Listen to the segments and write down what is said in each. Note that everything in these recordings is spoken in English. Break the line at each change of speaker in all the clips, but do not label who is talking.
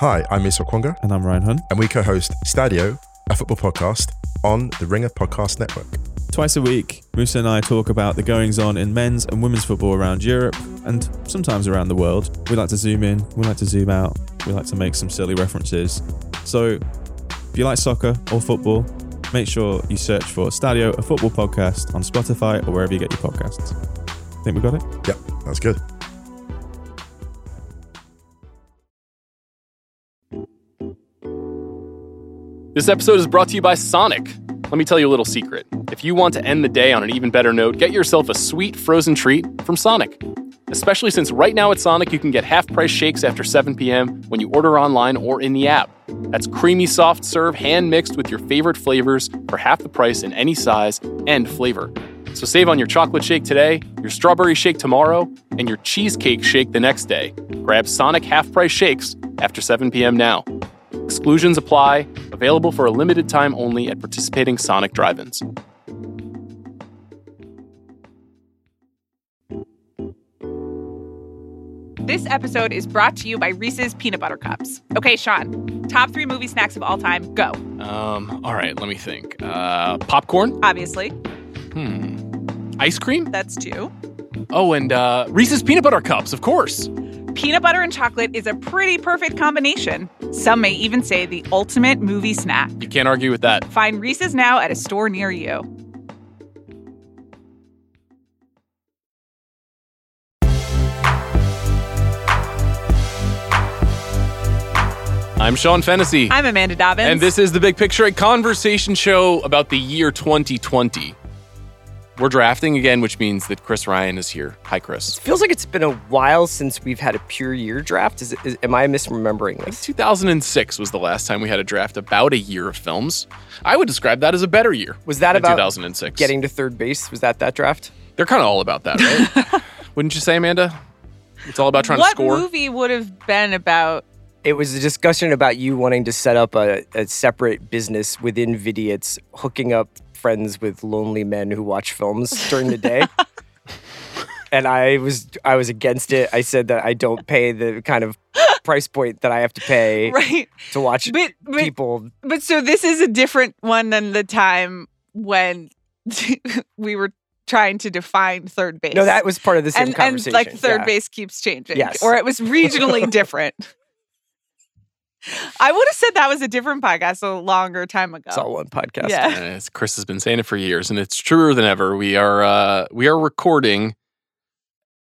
Hi, I'm Miss Okwonga,
And I'm Ryan Hun.
and we co host Stadio, a football podcast on the Ringer Podcast Network.
Twice a week, Musa and I talk about the goings on in men's and women's football around Europe and sometimes around the world. We like to zoom in, we like to zoom out, we like to make some silly references. So if you like soccer or football, make sure you search for Stadio, a football podcast on Spotify or wherever you get your podcasts. Think we got it?
Yep, that's good.
This episode is brought to you by Sonic. Let me tell you a little secret. If you want to end the day on an even better note, get yourself a sweet frozen treat from Sonic. Especially since right now at Sonic, you can get half price shakes after 7 p.m. when you order online or in the app. That's creamy soft serve hand mixed with your favorite flavors for half the price in any size and flavor. So save on your chocolate shake today, your strawberry shake tomorrow, and your cheesecake shake the next day. Grab Sonic half price shakes after 7 p.m. now. Exclusions apply. Available for a limited time only at participating Sonic drive-ins.
This episode is brought to you by Reese's Peanut Butter Cups. Okay, Sean, top three movie snacks of all time. Go.
Um, all right, let me think. Uh, popcorn.
Obviously,
Hmm. Ice cream.
that's two.
Oh, and uh, Reese's peanut butter cups, of course.
Peanut butter and chocolate is a pretty perfect combination. Some may even say the ultimate movie snack.
You can't argue with that.
Find Reese's now at a store near you.
I'm Sean Fennessy,
I'm Amanda Dobbins.
and this is the Big Picture, a conversation show about the year 2020. We're drafting again, which means that Chris Ryan is here. Hi, Chris.
feels like it's been a while since we've had a pure year draft. Is, is am I misremembering this?
2006 was the last time we had a draft about a year of films. I would describe that as a better year.
Was that
than
about
2006?
Getting to third base was that that draft?
They're kind of all about that, right? Wouldn't you say, Amanda? It's all about trying
what
to score.
movie would have been about?
It was a discussion about you wanting to set up a, a separate business within Vidiot's, hooking up friends with lonely men who watch films during the day. and I was I was against it. I said that I don't pay the kind of price point that I have to pay
Right.
to watch
But, but
people.
But so this is a different one than the time when we were trying to define third base.
No, that was part of the same
and, and
conversation.
like third
yeah.
base keeps changing.
Yes.
Or it was regionally different. I would have said that was a different podcast a longer time ago.
It's all one podcast.
yeah.
And as Chris has been saying it for years, and it's truer than ever. We are uh, we are recording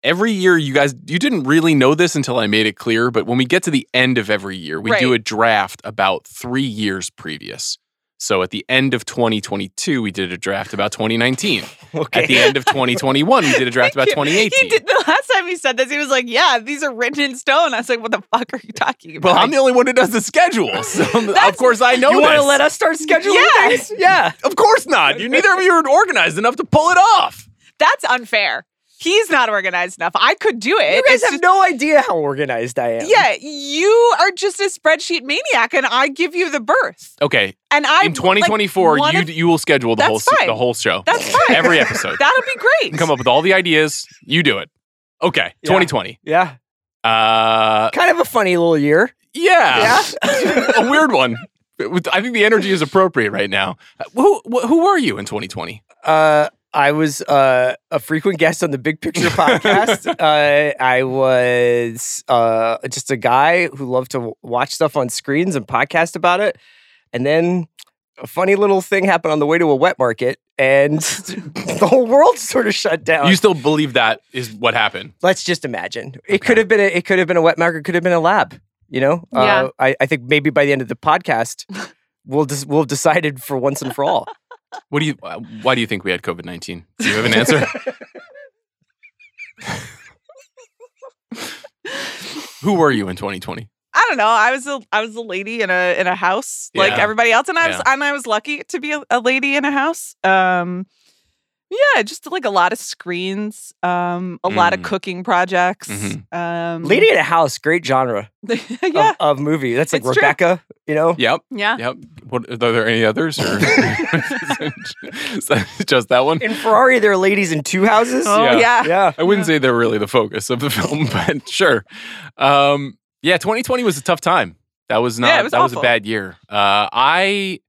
every year. You guys, you didn't really know this until I made it clear, but when we get to the end of every year, we do
Right.
a draft about three years previous. So at the end of 2022, we did a draft about 2019.
Okay.
At the end of 2021, we did a draft about
Thank you.
2018.
He did, the last time he said this, he was like, Yeah, these are written in stone. I was like, What the fuck are you talking about?
Well, I'm the only one who does the schedule, so of
That's-
course I know
You
this.
want to let us start scheduling
Yeah.
things? Yeah.
Of course not. You neither of you are organized enough to pull it off.
That's unfair. He's not organized enough. I could do it.
You guys
It's
have
just-
no idea how organized I am.
yeah, you are just a spreadsheet maniac, and I give you the birth.
Okay,
And I
in 2024,
like, one
you
of-
you will schedule the
That's
whole se-
fine.
the whole show.
That's fine.
Every episode.
that'll be
You
great.
can come up with all the ideas. You do it. Okay,
Yeah.
2020.
Yeah.
Uh,
Kind of a funny little year.
yeah, a weird one. With- I think the energy is appropriate right now. Uh, Who wh- who were you in 2020?
Uh, I was uh, a frequent guest on the Big Picture podcast. uh, I was uh, just a guy who loved to w- watch stuff on screens and podcast about it. And then a funny little thing happened on the way to a wet market, and the whole world sort of shut down.
You still believe that is what happened?
let's just imagine it
Okay.
could have been a, it could have been a wet market could have been a lab you know Uh,
Yeah.
I, I think maybe by the end of the podcast we'll just we'll have decided for once and for all
What do you? uh, Why do you think we had COVID 19? Do you have an answer? who were you in 2020?
I don't know. I was a I was a lady in a in a house like
Yeah.
everybody else, and I was
Yeah.
and I was lucky to be a, a lady in a house. Um, yeah, just like a lot of screens, um, a lot of
Mm.
cooking projects.
Mhm.
Um,
lady Oh. in a house great genre of,
yeah,
of movie that's like
It's true.
rebecca you know
Yep.
yeah.
Yep. What are there any others? Or is that just that one?
in ferrari there are ladies in two houses
Oh
Yeah.
yeah.
yeah
I wouldn't say they're really the focus of the film, but sure. Um, yeah, 2020 was a tough time. That was not.
Yeah, it was
that was a
awful.
bad year. Uh, I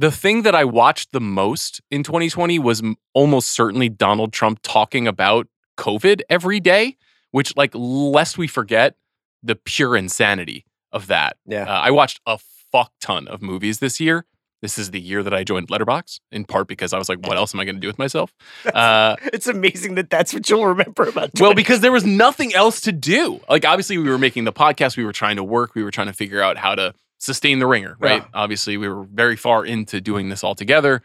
the thing that I watched the most in 2020 was m- almost certainly Donald Trump talking about COVID every day, which like lest we forget the pure insanity of that.
Yeah.
Uh, I watched a fuck ton of movies this year. This is the year that I joined Letterbox, in part because I was like, what else am I going to do with myself? Uh,
it's amazing that that's what you'll remember about.
well, because there was nothing else to do. Like, obviously, we were making the podcast, we were trying to work, we were trying to figure out how to sustain the ringer, right?
Yeah.
Obviously, we were very far into doing this all together.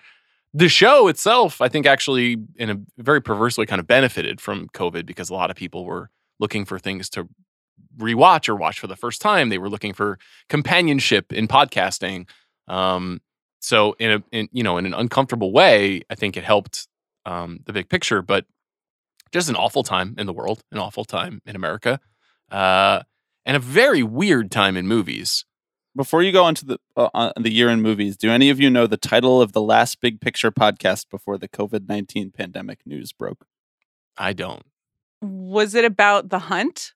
The show itself, I think, actually, in a very perverse way, kind of benefited from COVID because a lot of people were looking for things to rewatch or watch for the first time. They were looking for companionship in podcasting. Um, so in a in, you know in an uncomfortable way, I think it helped um, the big picture, but just an awful time in the world, an awful time in America, uh, and a very weird time in movies.
Before you go on to the uh, on the year in movies, do any of you know the title of the last big picture podcast before the COVID nineteen pandemic news broke?
I don't.
Was it about the hunt?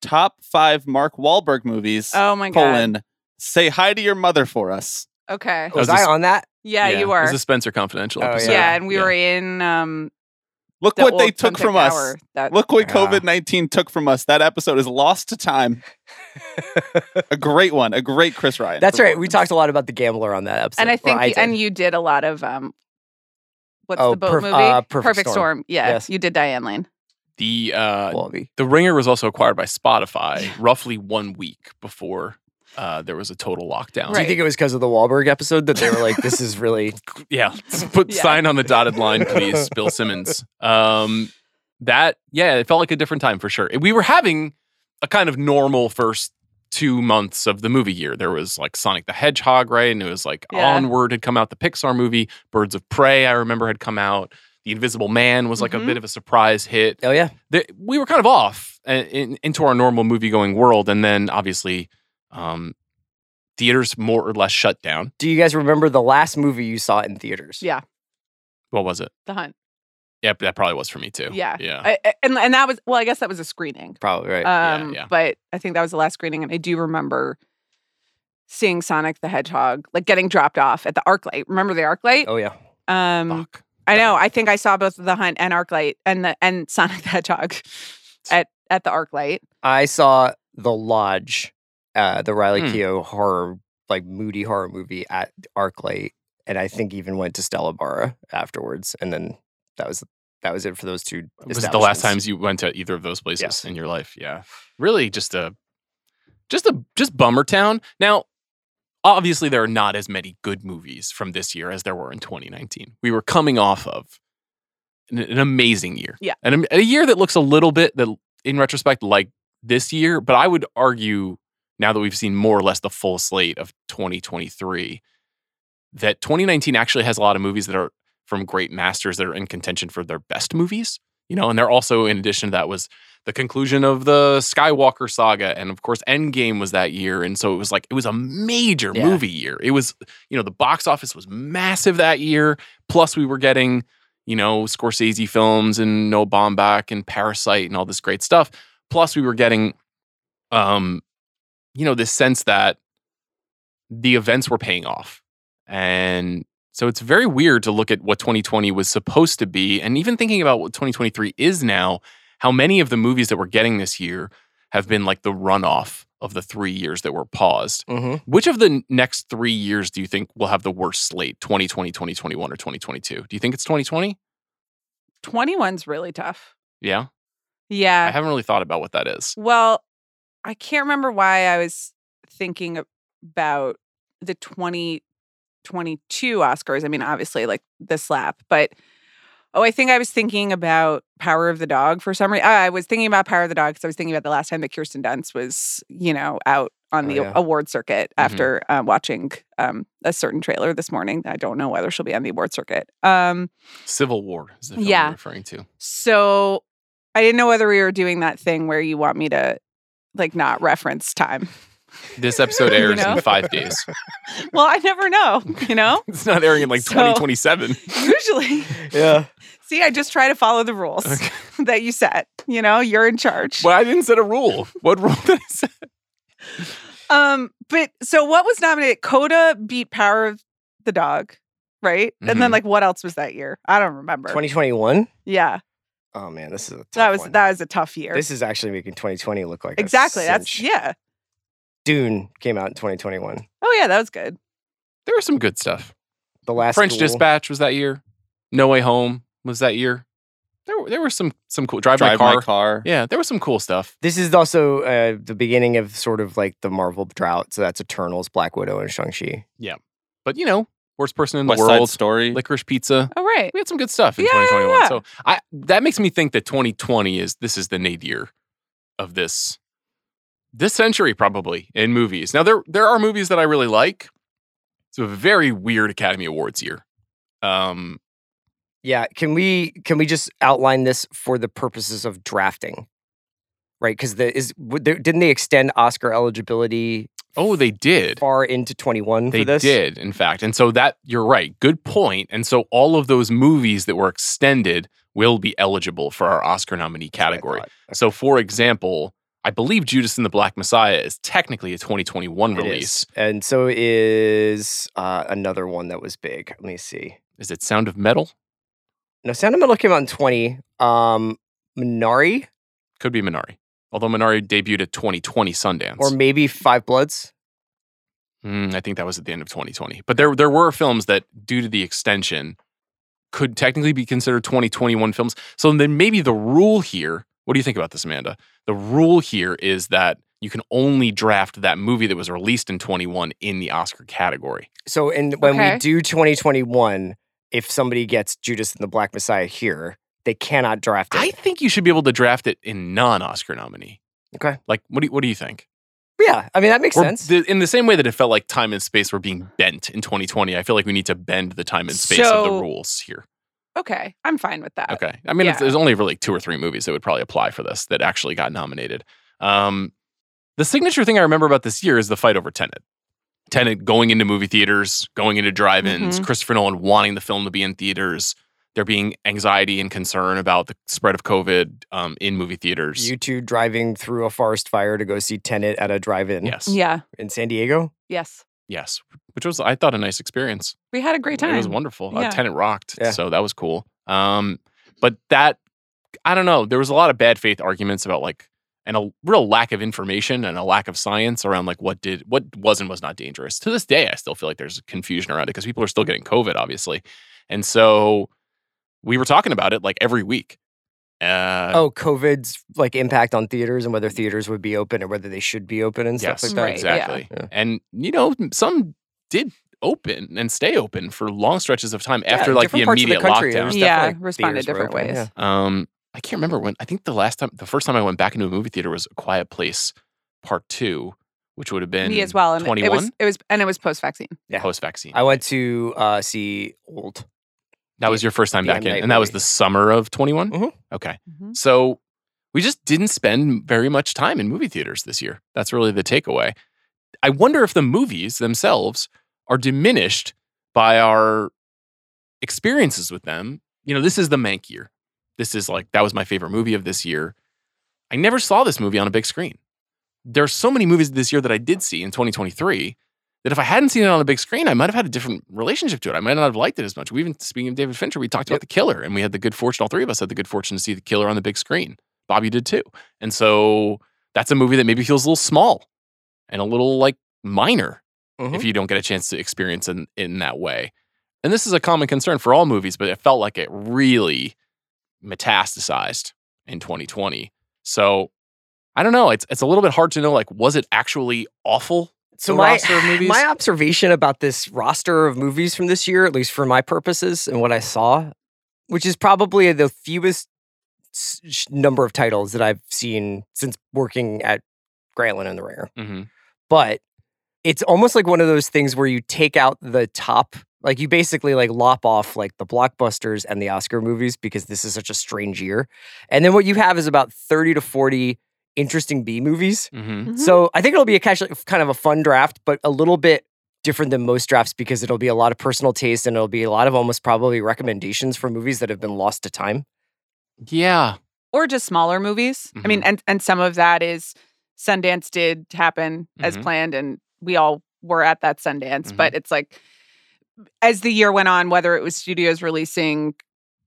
Top five Mark Wahlberg movies.
Oh my
colon. Say hi to your mother for us.
god. Okay.
was
That was
I
a-
on that?
Yeah, you
It
were.
was a Spencer Confidential
Oh,
episode.
yeah. and we were in um
Look
the
what they
old
took
Sunset
from us.
Tower, That
Look what
Yeah.
COVID nineteen took from us. That episode is lost to time. a great one. A great Chris Ryan.
That's right. We
performance.
talked a lot about the gambler on that episode.
and I
Or
think you-
did.
and you did a lot of um what's
Oh,
the boat
Perf-
movie?
uh, Perfect Storm.
Storm. Yeah.
Yes.
You did Diane Lane.
The uh,
Wallaby.
the Ringer was also acquired by Spotify roughly one week before uh, there was a total lockdown.
Do you think it was because of the Wahlberg episode that they were like, "This is really
Yeah, put
Yeah.
sign on the dotted line, please, Bill Simmons. Um, that yeah, it felt like a different time for sure. We were having a kind of normal first two months of the movie year. There was like Sonic the Hedgehog, right? And it was like
Yeah.
Onward had come out, the Pixar movie, Birds of Prey, I remember had come out. The Invisible Man was like a
Mhm.
bit of a surprise hit
oh yeah,
there, we were kind of off uh, in, into our normal movie going world. And then obviously, um, theaters more or less shut down.
Do you guys remember the last movie you saw in theaters?
Yeah.
What was it?
The hunt.
Yeah, that probably was for me too.
Yeah.
Yeah.
I, I- and and that was well, I guess that was a screening.
Probably right.
Um,
Oh. yeah.
but I think that was the last screening, and I do remember seeing Sonic the Hedgehog, like getting dropped off at the ArcLight. Remember the ArcLight?
oh yeah.
Um,
Fuck.
I know. I think I saw both the Hunt and ArcLight and the and Sonic the Hedgehog at at the ArcLight.
I saw The Lodge, uh, the Riley
Hmm.
Keough horror, like moody horror movie at ArcLight, and I think even went to Stella Barra afterwards, and then that was that was it for those two.
Was it the last
establishments.
times you went to either of those places
Yes.
in your life? Yeah. Really just a just a just bummer town. Now, obviously there are not as many good movies from this year as there were in 2019. We were coming off of an, an amazing year.
Yeah.
And a, a year that looks a little bit that in retrospect like this year, but I would argue now that we've seen more or less the full slate of 2023 that 2019 actually has a lot of movies that are from great masters that are in contention for their best movies you know and they're also in addition to that was the conclusion of the skywalker saga and of course endgame was that year and so it was like it was a major
Yeah.
movie year it was you know the box office was massive that year plus we were getting you know scorsese films and no bomb back and parasite and all this great stuff plus we were getting um you know this sense that the events were paying off and so it's very weird to look at what 2020 was supposed to be. And even thinking about what 2023 is now, how many of the movies that we're getting this year have been like the runoff of the three years that were paused.
Mhm.
Which of the n- next three years do you think will have the worst slate 2020, 2021, or 2022? Do you think it's 2020?
21's really tough.
Yeah. I
Yeah.
haven't really thought about what that is.
Well, I can't remember why I was thinking about the 2022 Oscars. I mean, obviously, like the slap, but oh, I think I was thinking about Power of the Dog for some reason. I was thinking about Power of the Dog because I was thinking about the last time that Kirsten Dunst was, you know, out on
Oh,
the
yeah. Mm-hmm.
award circuit
Mhm.
after uh, watching um, a certain trailer this morning. I don't know whether she'll be on the award circuit. Um,
Civil War is the film
Yeah.
you're referring to.
so I didn't know whether we were doing that thing where you want me to like not reference time.
This episode
You
airs
know?
in five days.
Well, I never know, you know?
It's not airing in like
So-
2027.
Usually.
Yeah.
See, I just try to follow the rules
Okay.
that you set. You know, you're in charge.
Well, I didn't set a rule. What rule did I set?
Um, but so what was nominated? Coda beat Power of the Dog, right? And then
Mhm.
like what else was that year? I don't remember.
2021.
Yeah,
Oh man, this is a tough
that was
one.
that was a tough year.
This is actually making 2020 look like
exactly.
A
That's
cinch.
yeah.
Dune came out in 2021.
Oh yeah, that was good.
There was some good stuff.
The last
French
Duel.
Dispatch was that year. No Way Home was that year. There, were- there were some some cool drive,
Drive
my, car.
my car.
Yeah, there was some cool stuff.
This is also uh, the beginning of sort of like the Marvel drought. So that's Eternals, Black Widow, and Shang Chi.
But you know, worst person in the
West Side
world,
Story.
licorice pizza.
Oh right.
We had some good stuff in
Yeah,
2021.
yeah.
So I that makes me think that 2020 is this is the nadir of this this century probably in movies. Now there there are movies that I really like. It's a very weird Academy Awards year. Um,
Yeah, can we can we just outline this for the purposes of drafting, right? Because the is w- there- didn't they extend Oscar eligibility
oh, they did.
far into 21
They
for this?
did, in fact. And so that you're right. Good point. And so all of those movies that were extended will be eligible for our Oscar nominee
That's what I
category.
thought.
So, for example, I believe Judas and the Black Messiah is technically a 2021
It is.
release.
and so is uh, another one that was big. Let me see.
Is. it Sound of Metal?
No, Sound of Metal came out in 20. Um, Minari
Could be Minari. Although Minari debuted at 2020 Sundance.
or maybe Five Bloods.
Mm, I think that was at the end of 2020. But there there were films that, due to the extension, could technically be considered 2021 films. So then maybe the rule here, what do you think about this, Amanda? The rule here is that you can only draft that movie that was released in 21 in the Oscar category.
So, and when
Okay.
we do 2021, if somebody gets Judas and the Black Messiah here, they cannot draft it.
I think you should be able to draft it in non-Oscar nominee.
Okay.
Like what do you, what do you think?
yeah, I mean that makes
We're-
sense.
the- in the same way that it felt like time and space were being bent in 2020, I feel like we need to bend the time and space of the
So-
rules here.
Okay, I'm fine with that.
Okay. I mean, it's,
yeah.
there's only really two or three movies that would probably apply for this that actually got nominated. Um, the signature thing I remember about this year is the fight over Tenet. Tenet going into movie theaters, going into drive ins,
Mhm.
Christopher Nolan wanting the film to be in theaters, there being anxiety and concern about the spread of COVID um, in movie theaters.
you two driving through a forest fire to go see Tenet at a drive-in
yes.
Yeah.
in San Diego.
Yes.
Yes. Which was, I thought, a nice experience.
We had a great time.
It was wonderful. Uh,
Yeah.
Tenant rocked,
Yeah.
so that was cool. Um, but that I don't know. There was a lot of bad faith arguments about like and a real lack of information and a lack of science around like what did what was and was not dangerous. To this day, I still feel like there's confusion around it because people are still getting COVID, obviously, and so we were talking about it like every week. Uh,
oh, COVID's like impact on theaters and whether theaters would be open and whether they should be open and stuff like that.
Right, yeah.
Exactly.
Yeah.
And you know, some did open and stay open for long stretches of time
Yeah,
after like the
different parts of the
immediate
country,
lockdown.
there's
Yeah,
definitely
responded
theaters were
different
open,
ways.
yeah.
Um, I can't remember when. I think the last time, the first time I went back into a movie theater was A Quiet Place Part Two, which would have been
Me as well. And it-
Twenty
it was
one
it was and it was post vaccine.
yeah.
post vaccine.
I went to uh, see Old.
That was your first time
the
back in,
M.
and that
Night
was
movie.
the summer of twenty
Mhm.
Okay,
Mm-hmm.
so we just didn't spend very much time in movie theaters this year. That's really the takeaway. I wonder if the movies themselves are diminished by our experiences with them. You know, this is the Mank year. This is like, that was my favorite movie of this year. I never saw this movie on a big screen. There are so many movies this year that I did see in 2023 that if I hadn't seen it on a big screen, I might have had a different relationship to it. I might not have liked it as much. We even, speaking of David Fincher, we talked about The Killer and we had the good fortune, all three of us had the good fortune to see The Killer on the big screen. Bobby did too. And so that's a movie that maybe feels a little small and a little like minor
Mhm.
if you don't get a chance to experience in in that way. And this is a common concern for all movies, but it felt like it really metastasized in 2020. So I don't know. It's it's a little bit hard to know. Like, was it actually awful?
so
the
my,
roster of movies?
my observation about this roster of movies from this year, at least for my purposes and what I saw, which is probably the fewest s- sh- number of titles that I've seen since working at Grantland and the Ringer,
Mm-hmm.
but it's almost like one of those things where you take out the top, like you basically like lop off like the blockbusters and the Oscar movies because this is such a strange year, and then what you have is about thirty to forty interesting B movies.
Mm-hmm.
So I think it'll be a catch, kind of a fun draft, but a little bit different than most drafts because it'll be a lot of personal taste and it'll be a lot of almost probably recommendations for movies that have been lost to time.
Yeah.
Mm-hmm.
or just smaller movies. I mean, and and some of that is Sundance did happen as
Mm-hmm.
Mhm.
planned, and we all were at that Sundance. But it's like, as the year went on, whether it was studios releasing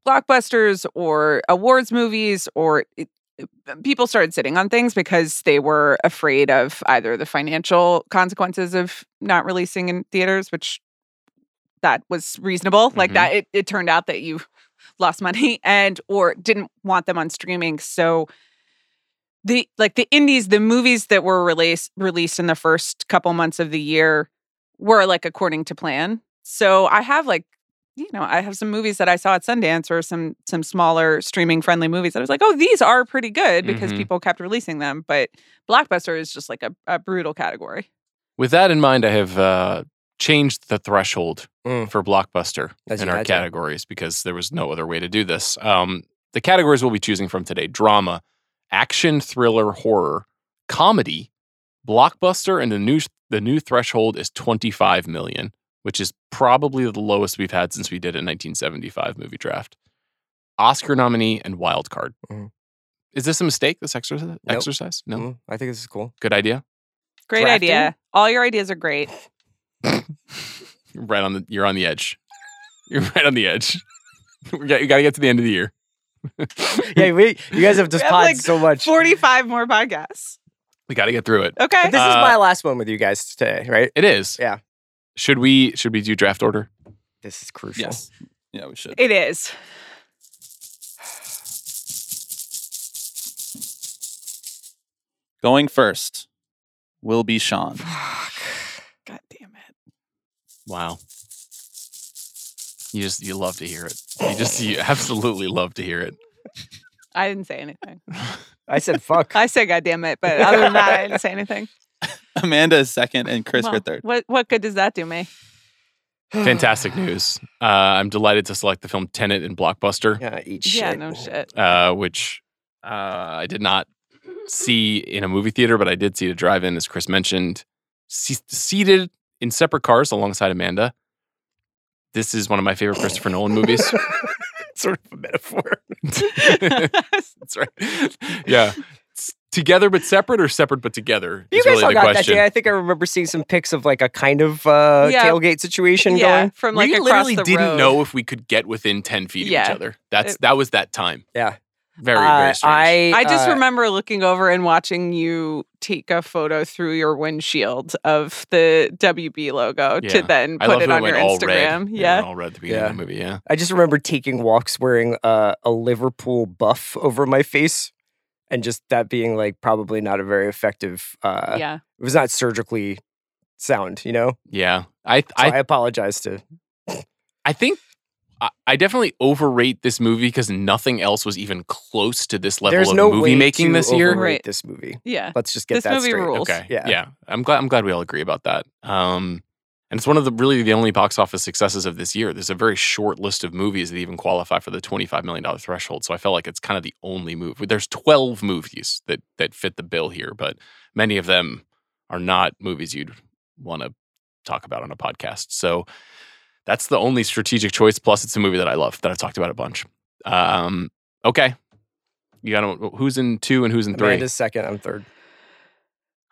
blockbusters or awards movies, or it, people started sitting on things because they were afraid of either the financial consequences of not releasing in theaters, which that was reasonable. Like
Mhm.
that, it, it turned out that you lost money and or didn't want them on streaming. So the like the indies, the movies that were released released in the first couple months of the year were like according to plan. So I have like you know, I have some movies that I saw at Sundance or some some smaller streaming friendly movies that I was like, oh, these are pretty good because
Mm-hmm.
Mhm.
people kept releasing them. But blockbuster is just like a, a brutal category.
With that in mind, I have uh, changed the threshold
Mm.
for blockbuster
As
in
you
our
had to.
categories because there was no other way to do this. Um, the categories we'll be choosing from today: drama, action, thriller, horror, comedy, blockbuster, and the new the new threshold is twenty five million, which is probably the lowest we've had since we did a nineteen seventy five movie draft. Oscar nominee and wild card.
Mhm.
Is this a mistake? This exercise? Exercise? No.
Mm, I think this is cool.
Good idea.
Great
Drafting?
idea. All your ideas are great.
You're right on the you're on the edge. You're right on the edge. we got, you got to get to the end of the year.
Yeah, we, you guys have just
We have,
pod
like,
so much.
Forty five more podcasts.
We got to get through it.
Okay.
But this is
Uh,
my last one with you guys today, right?
It is.
Yeah.
Should we should we do draft order?
This is crucial.
Yes. Yeah, we should.
It is.
Going first will be Sean.
God damn it.
Wow. You just you love to hear it. You just you absolutely love to hear it.
I didn't say anything.
I said fuck.
I said God damn it, but other than that, I didn't say anything.
Amanda is second, and Chris
Well,
are third.
What what good does that do me?
Fantastic news. Uh, I'm delighted to select the film Tenet and Blockbuster,
Yeah, eat
Yeah,
shit.
no shit.
uh, which uh, I did not see in a movie theater, but I did see it at a drive-in, as Chris mentioned. Se- seated in separate cars alongside Amanda. This is one of my favorite Christopher Nolan movies.
sort of a metaphor.
That's right. Yeah. S- Together but separate or separate but together
You
is
guys
really
all
the
got
question.
that day. I think I remember seeing some pics of like a kind of uh,
Yeah.
tailgate situation
yeah,
going.
from like
we
across
literally
the
didn't
road.
know if we could get within 10 feet of
Yeah.
each other. That's That was that time.
Yeah.
Very,
Uh,
very strange.
I
I just
uh,
remember looking over and watching you take a photo through your windshield of the WB logo
Yeah.
to then
love
put it
how
on your
went all
Instagram.
Red. It
Yeah.
went all red at the beginning
Yeah.
of the movie, yeah.
I just remember taking walks wearing uh, a Liverpool buff over my face, and just that being like probably not a very effective. Uh,
yeah.
It was not surgically sound, you know.
Yeah. I,
So
I,
I, apologize to.
I think I, I definitely overrate this movie because nothing else was even close to this level
There's
of
no
movie
way
making
to
this year.
overrate
Right.
This movie.
Yeah.
Let's just get
This
that
movie
straight.
rules.
Okay.
Yeah.
Yeah. I'm glad I'm glad we all agree about that. Um and it's one of the really the only box office successes of this year. There's a very short list of movies that even qualify for the $25 million threshold. So I felt like it's kind of the only move. There's 12 movies that that fit the bill here, but many of them are not movies you'd want to talk about on a podcast. So that's the only strategic choice. Plus, it's a movie that I love that I've talked about a bunch. Um, okay. You got to, who's in two and who's in three?
Amanda's second. I'm third.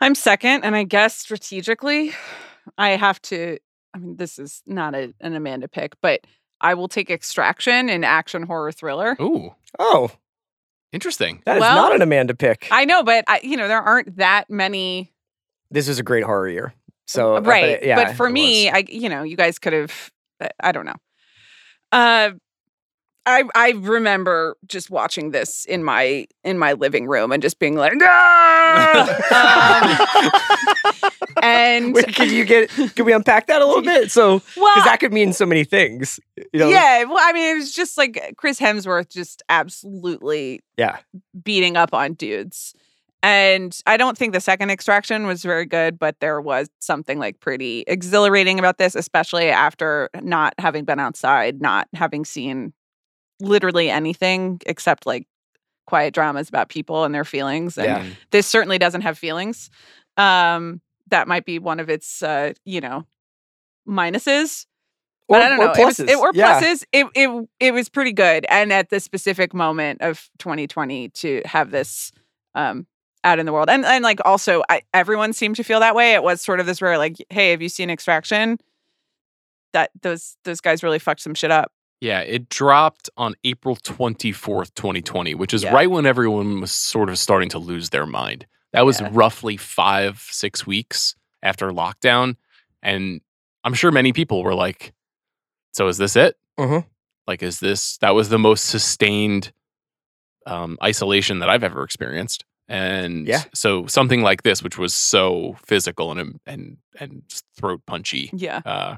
I'm second, and I guess strategically, I have to. I mean, this is not a, an Amanda pick, but I will take Extraction and action horror thriller.
Ooh,
Oh,
interesting.
that is
Well,
not an Amanda pick.
I know, but I, you know, there aren't that many
this was a great horror year. So uh, but
right
it- yeah,
but for
it
me
was.
i you know you guys could have I- i don't know uh i i remember just watching this in my in my living room and just being like "Ah!" um, and
Wait, can you get? Can we unpack that a little bit? So
well
because that could mean so many things. You know?
Ah! yeah well i mean it was just like uh, chris hemsworth just absolutely
Yeah.
beating up on dudes and i don't think the second extraction was very good but there was something like pretty exhilarating about this especially after not having been outside not having seen literally anything except like quiet dramas about people and their feelings and
Yeah.
Hmm.
this certainly doesn't have feelings. Um, that might be one of its, uh, you know, minuses. But
Or-
I don't
or
know. It was-
pluses.
it- or
Yeah.
pluses. It, it it was pretty good. And at the specific moment of 2020 to have this um, out in the world. And and like also I, everyone seemed to feel that way. It was sort of this rare like, hey, have you seen Extraction? That those those guys really fucked some shit up.
Yeah, it dropped on April 24th, 2020, which is
Yeah.
right when everyone was sort of starting to lose their mind. That was
Yeah.
roughly five, six weeks after lockdown. And I'm sure many people were like, so is this it?
Mhm.
Like, is this, that was the most sustained um, isolation that I've ever experienced. And
Yeah.
so something like this, which was so physical and, and, and throat punchy,
Yeah.
uh,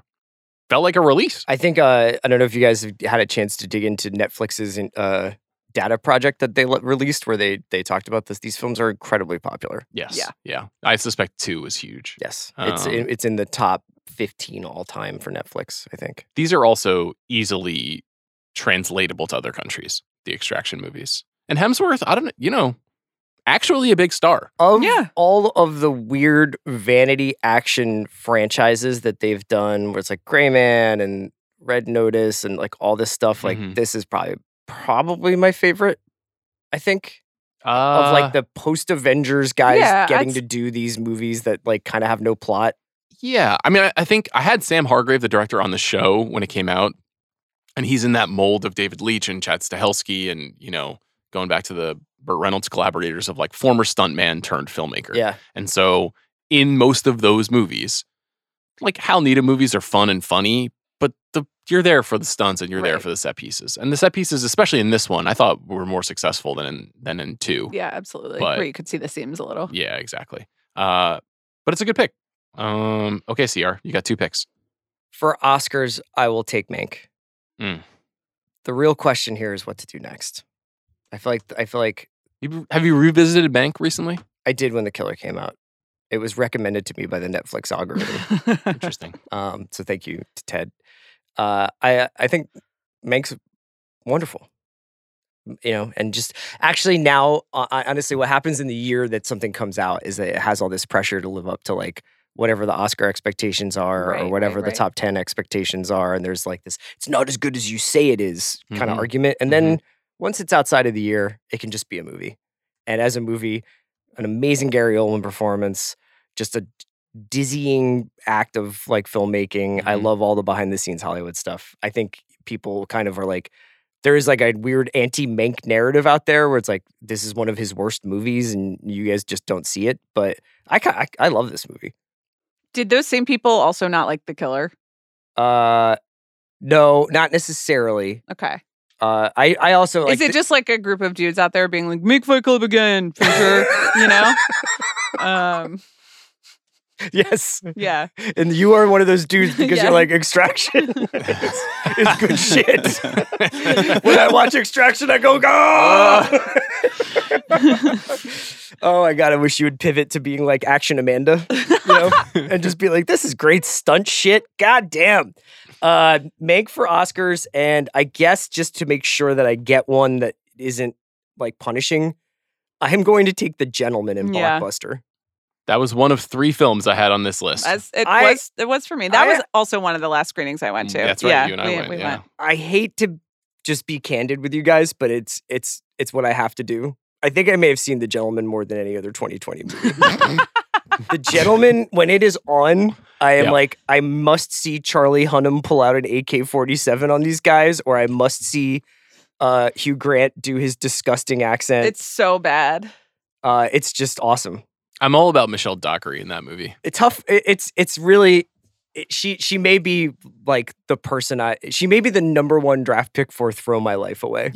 felt like a release.
I think uh, I don't know if you guys have had a chance to dig into Netflix's uh, data project that they le- released, where they they talked about this. These films are incredibly popular.
Yes.
Yeah.
Yeah. I suspect two was huge.
Yes, it's
Um,
in, it's in the top fifteen all time for Netflix. I think.
These are also easily translatable to other countries, the extraction movies. And Hemsworth, I don't know, you know, actually a big star.
Of
Yeah.
all of the weird vanity action franchises that they've done, where it's like Gray Man and Red Notice and like all this stuff, like
Mhm.
this is probably probably my favorite. I think.
Uh,
of like the post Avengers guys
yeah,
getting
I'd
to do these movies that like kind of have no plot.
yeah. I mean, I, I think I had Sam Hargrave, the director, on the show when it came out, and he's in that mold of David Leitch and Chad Stahelski, and you know, going back to the Burt Reynolds collaborators of like former stuntman turned filmmaker.
Yeah,
And so in most of those movies, like Hal Nita movies are fun and funny, but the you're there for the stunts and you're there
Right.
for the set pieces. And the set pieces, especially in this one, I thought were more successful than in than in two.
Yeah, absolutely.
But-
Where you could see the seams a little.
Yeah, exactly. Uh, but it's a good pick. Um, okay, CR, you got two picks.
for Oscars, I will take Mank.
Mm.
The real question here is what to do next. I feel like I feel like
You- Have you revisited Bank recently?
I did when The Killer came out. It was recommended to me by the Netflix algorithm.
Interesting.
um, so thank you to Ted. Uh, I I think Mank's wonderful. You know, and just actually now, uh, I- honestly, what happens in the year that something comes out is that it has all this pressure to live up to like whatever the Oscar expectations are
Right,
or
right,
whatever
right.
the top 10 expectations are. And there's like this, it's not as good as you say it is kind of
Mm-hmm.
Mhm.
argument. And then once it's outside of the year, it can just be a movie. And as a movie, an amazing Gary Oldman performance, just a dizzying act of like filmmaking. I
Mhm.
Mm-hmm.
love all the behind the scenes Hollywood stuff. I think people kind of are like, there is like a weird anti Mank narrative out there where it's like, this is one of his worst movies and you guys just don't see it. But I, ki- I, I love this movie.
Did those same people also not like the killer?
Uh, no, not necessarily.
Okay.
Uh, I, I also like
Is it just like a group of dudes out there being like, make Fight Club again, for sure? you know? Um,
just yes,
yeah.
and you are one of those dudes because
Yeah.
you're like extraction. is, is good shit. when I watch Extraction, I go, go. oh my god, I wish you would pivot to being like Action Amanda, you know, and just be like, this is great stunt shit. God damn. Uh, make for Oscars, and I guess just to make sure that I get one that isn't like punishing, I am going to take the gentleman in
Yeah.
Blockbuster.
That was one of three films I had on this list.
As it
I-
was it was for me. That
I- Mm,
was also one of the last screenings I went to.
That's right.
Yeah,
you and I
we,
went.
we
yeah.
I hate to just be candid with you guys, but it's it's it's what I have to do. I think I may have seen The Gentleman more than any other 2020 movie. the Gentleman, when it is on, I am
Yeah.
like, I must see Charlie Hunnam pull out an AK-47 on these guys, or I must see uh, Hugh Grant do his disgusting accent.
It's so bad.
uh, it's just awesome.
I'm all about Michelle Dockery in that movie.
It's tough. it- it's it's really. It, she she may be like the person I she may be the number one draft pick for throw my life away.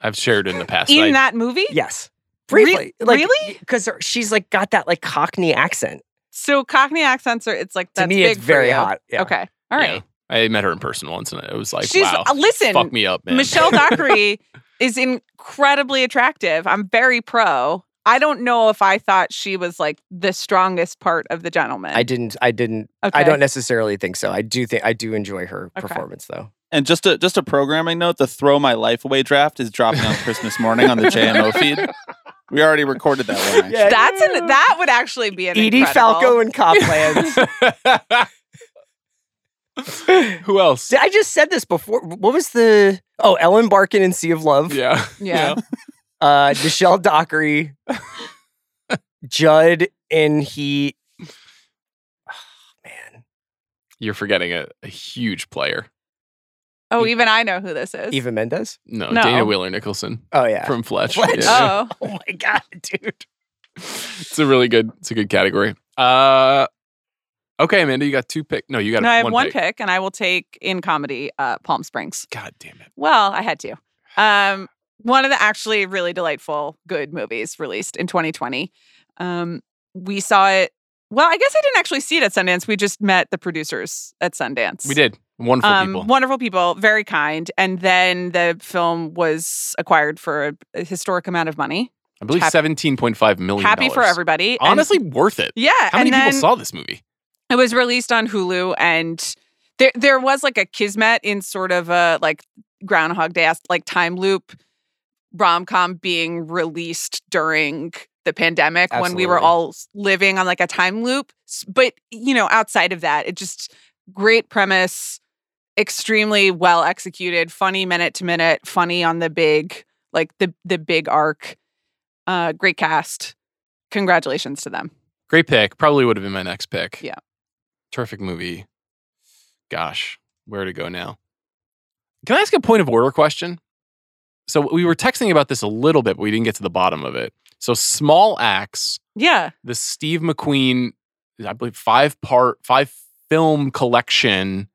I've shared in the past.
In
I-
that movie?
Yes.
Re-
Briefly. like,
really?
Because she's like got that like Cockney accent.
So Cockney accents are it's like
To
that's
me,
big
it's very
for you.
hot. Yeah.
Okay. All
Yeah.
right.
I met her in person once, and it was like,
She's
wow,
uh, listen,
fuck me up, man.
Michelle Dockery is incredibly attractive. I'm very pro. I don't know if I thought she was like the strongest part of the gentleman.
I didn't, I didn't,
Okay.
I don't necessarily think so. I do think, I do enjoy her
Okay.
performance though.
And just a just a programming note: the "Throw My Life Away" draft is dropping on Christmas morning on the JMO feed. We already recorded that one. Actually.
Yeah.
That's an that would actually be an
Edie
incredible-
Falco and Copland.
Who else?
I just said this before. What was the, oh, Ellen Barkin in Sea of Love,
Yeah.
Yeah.
uh, Nichelle Dockery, Judd and he. Oh, man,
You're forgetting a, a huge player.
Oh,
E
even I know who this is.
Eva Mendes.
No,
No.
Dana Wheeler Nicholson
Oh yeah.
from Fletch.
Fletch.
Yeah.
Oh,
oh my god, dude.
it's a really good. It's a good category. Uh, okay, Amanda, you got two pick. No, you got
no, I have
one,
one pick. and I will take in comedy uh, Palm Springs.
God damn it!
Well, I had to. Um, one of the actually really delightful, good movies released in 2020. Um, we saw it. Well, I guess I didn't actually see it at Sundance. We just met the producers at Sundance.
We did wonderful
Um,
people.
Wonderful people, very kind. And then the film was acquired for a, a historic amount of money.
I believe
happy-
seventeen point five million.
Happy for everybody. And-
Honestly, worth it.
yeah.
How many
and
people
then
saw this movie?
It was released on Hulu, and there there was like a kismet in sort of a like Groundhog Day like time loop rom com being released during the pandemic when we were
Absolutely.
all s- living on like a time loop. S- But you know, outside of that, it just great premise, extremely well executed, funny minute to minute, funny on the big like the the big arc. Uh, great cast. Congratulations to them.
Great pick. Probably would have been my next pick.
Yeah.
Terrific movie. Gosh, where to go now? Can I ask a point of order question? So we were texting about this a little bit, but we didn't get to the bottom of it. So small acts,
Yeah.
the Steve McQueen, I believe five part, five film collection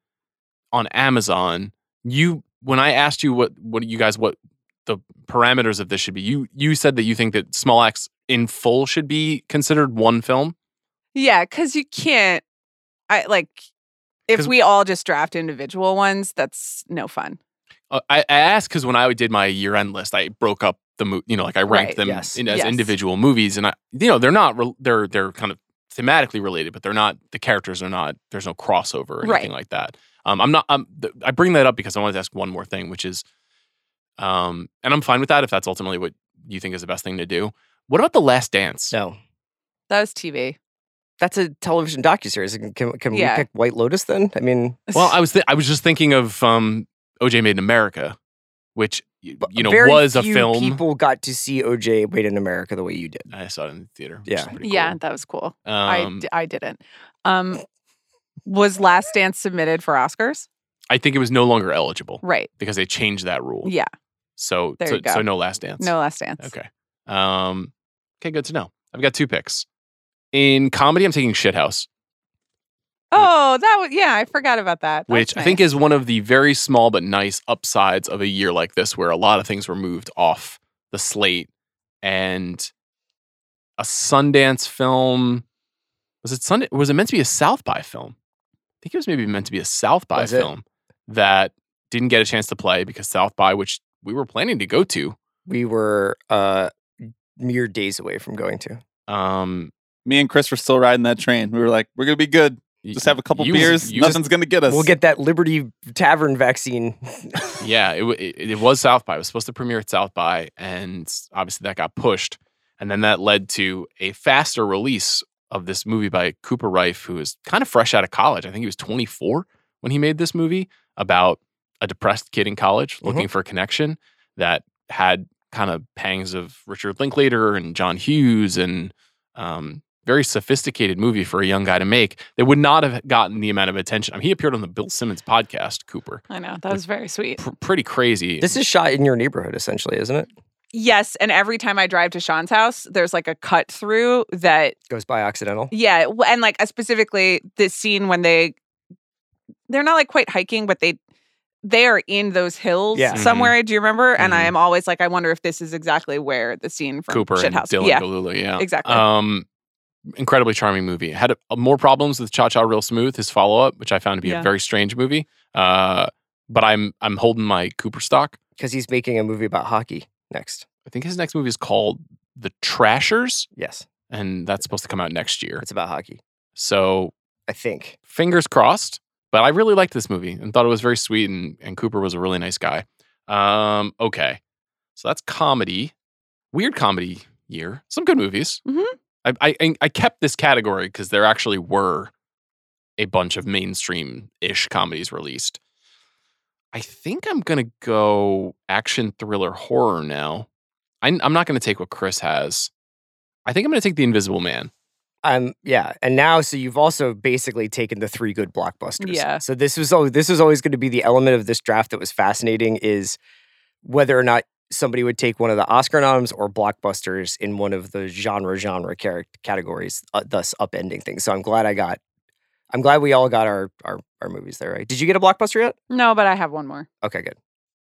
on Amazon. You when I asked you what what you guys what the parameters of this should be, you you said that you think that small acts in full should be considered one film.
Yeah, because you can't. I like
'Cause-
if we all just draft individual ones, that's no fun.
Uh, I, I asked because when I did my year end list, I broke up the mo- you know like I ranked
Right,
them
yes,
in, as
yes.
individual movies, and I you know they're not re- they're they're kind of thematically related, but they're not the characters are not there's no crossover or anything
Right.
like that. Um, I'm not I'm th- I bring that up because I wanted to ask one more thing, which is, um, and I'm fine with that if that's ultimately what you think is the best thing to do. What about the Last Dance?
No,
That was TV.
that's a television docuseries. Can can, can
Yeah.
we pick White Lotus then? I mean,
Well, I was th- I was just thinking of um, OJ Made in America, which y-
b-
you know
very
was a
few
film.
People got to see OJ Made in America the way you did.
I saw it in the theater. which
Yeah.
is pretty
Yeah,
cool.
that was cool. I
Um,
d- I didn't. Um, was Last Dance submitted for Oscars?
I think it was no longer eligible
Right.
because they changed that rule.
Yeah.
So
There
so,
you go.
so no last dance.
No Last Dance.
Okay. Um okay, good to know. I've got two picks. In comedy, I'm taking Shithouse,
Oh, that was yeah. I forgot about that. That's
which I think
nice.
is one of the very small but nice upsides of a year like this where a lot of things were moved off the slate and a Sundance film was it Sunday was it meant to be a South by film? I think it was maybe meant to be a South by
Was it?
film that didn't get a chance to play because South by, which we were planning to go to,
We were uh, mere days away from going to.
Um,
Me and Chris were still riding that train. We were like, we're gonna be good.
y-
Just have a couple
you-
beers.
you just-
Nothing's gonna get us.
We'll get that Liberty Tavern vaccine.
yeah, it, wa- it, it was South by. It was supposed to premiere at South by, and obviously that got pushed, and then that led to a faster release of this movie by Cooper Rife, who is kind of fresh out of college. I think he was 24 when he made this movie about a depressed kid in college looking for a connection that had kind of pangs of Richard Linklater and John Hughes and um, very sophisticated movie for a young guy to make that would not have gotten the amount of attention. I mean, he appeared on the Bill Simmons podcast, Cooper.
I know that was very sweet.
Pr- pretty crazy.
This is shot in your neighborhood, essentially, isn't it?
Yes, and every time I drive to Sean's house, there's like a cut through that
Goes by accidental.
Yeah, w- and like uh, specifically the scene when they they're not like quite hiking, but they they are in those hills
Yeah.
Mm-hmm.
somewhere. Do you remember? And
Mhm.
I am always like, I wonder if this is exactly where the scene from
Cooper and
Shithouse.
Dylan
yeah,
Galula, yeah,
exactly.
Um, incredibly charming movie. Had a, more problems with Cha Cha Real Smooth, his follow up, which I found to be a
Yeah.
very strange movie. Uh, but I'm I'm holding my Cooper stock.
Because he's making a movie about hockey next.
I think his next movie is called The Trashers,
Yes,
and that's supposed to come out next year.
it's about hockey,
So
I think.
fingers crossed. But I really liked this movie and thought it was very sweet, and, and Cooper was a really nice guy. Um, okay. So that's comedy. Weird comedy year. Some good movies.
Mhm.
I, I- I, I kept this category because there actually were a bunch of mainstream ish comedies released. I think I'm going to go action, thriller, horror now. I, I'm not going to take what Chris has. I think I'm going to take The Invisible Man.
Um, yeah, and now so you've also basically taken the three good blockbusters.
Yeah.
So this was always, this was always going to be the element of this draft that was fascinating is whether or not somebody would take one of the Oscar noms or blockbusters in one of the genre genre char- categories, uh, thus upending things. So I'm glad I got. I'm glad we all got our, our our movies there. Right? Did you get a blockbuster yet?
No, but I have one more.
Okay, good.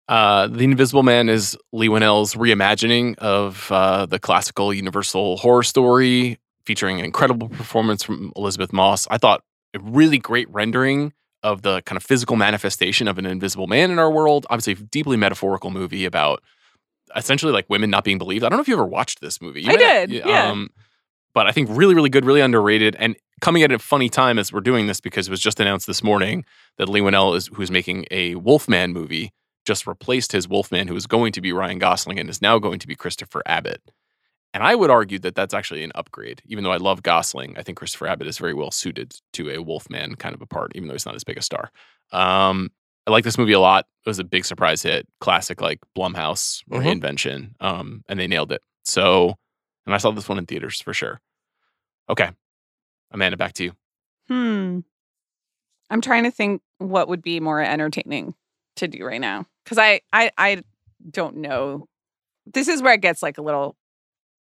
Uh, the Invisible Man is Lee Winnell's reimagining of uh, the classical Universal horror story, featuring an incredible performance from Elizabeth Moss. I thought a really great rendering of the kind of physical manifestation of an invisible man in our world. Obviously, a deeply metaphorical movie about essentially like women not being believed. I don't know if you ever watched this movie. You
I
might have-
did, yeah.
Um, but I think really, really good, really underrated, and coming at a funny time as we're doing this because it was just announced this morning that Lee Winnell is who's making a Wolfman movie just replaced his Wolfman, who was going to be Ryan Gosling and is now going to be Christopher Abbott. And I would argue that that's actually an upgrade. Even though I love Gosling, I think Christopher Abbott is very well suited to a Wolfman kind of a part, even though he's not as big a star. Um, I like this movie a lot. It was a big surprise hit, classic like Blumhouse
Mhm.
reinvention, um, and they nailed it. So, and I saw this one in theaters for sure. Okay, Amanda, back to you.
Hmm. I'm trying to think what would be more entertaining to do right now because I, I I don't know. This is where it gets like a little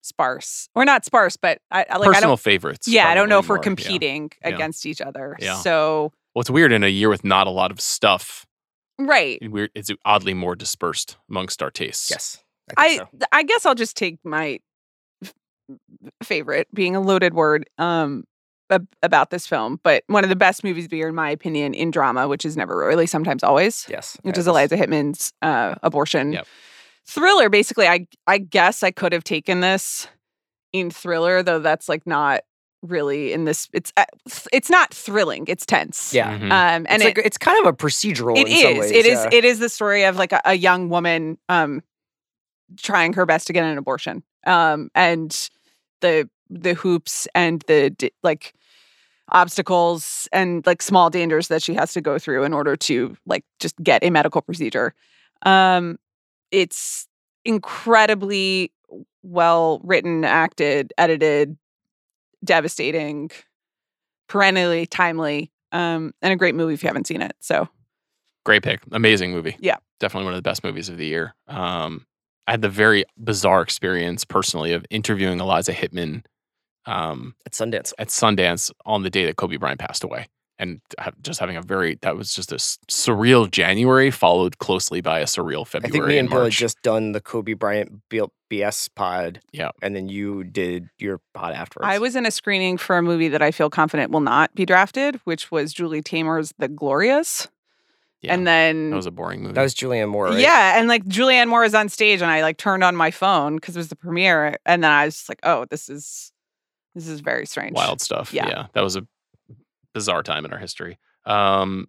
sparse, or not sparse, but I, I- like I
Personal
don't.
favorites.
Yeah, I don't know if
probably
we're
more, yeah.
competing
Yeah.
against each other.
Yeah.
So
Well, it's weird in a year with not a lot of stuff.
right,
We're, it's oddly more dispersed amongst our tastes.
Yes. I,
I
think so.
I guess I'll just take my f- favorite being a loaded word um ab- about this film, but one of the best movies of the year, in my opinion, in drama, which is never really, sometimes always.
yes.
which
okay,
is
that's-
Eliza Hittman's uh, abortion
Yep.
thriller. Basically, I I guess I could have taken this in thriller, though that's like not really in this. It's uh, th- it's not thrilling. It's tense.
Yeah. Uh,
Mhm.
Um, and
it's,
it,
like, it's kind of a procedural.
it
in some
is
ways,
it is
yeah.
it is the story of like a, a young woman um trying her best to get an abortion um and the the hoops and the d- like obstacles and like small dangers that she has to go through in order to like just get a medical procedure um it's incredibly well written acted edited devastating perennially timely um and a great movie if you haven't seen it so
Great pick. Amazing movie.
Yeah.
Definitely one of the best movies of the year. Um, I had the very bizarre experience personally of interviewing Eliza Hittman um,
at Sundance.
at Sundance on the day that Kobe Bryant passed away. And ha- just having a very, that was just a s- surreal January followed closely by a surreal
I
February.
think me and Bill had
March.
just done the Kobe Bryant B- BS pod.
Yeah.
And then you did your pod afterwards.
I was in a screening for a movie that I feel confident will not be drafted, which was Julie Taymor's The Glorious.
Yeah,
And then
That was a boring movie.
That was Julianne Moore. Right?
yeah, and like Julianne Moore is on stage, and I like turned on my phone because it was the premiere, and then I was just like, "Oh, this is this is very strange."
wild stuff.
Yeah.
yeah. That was a bizarre time in our history. Um,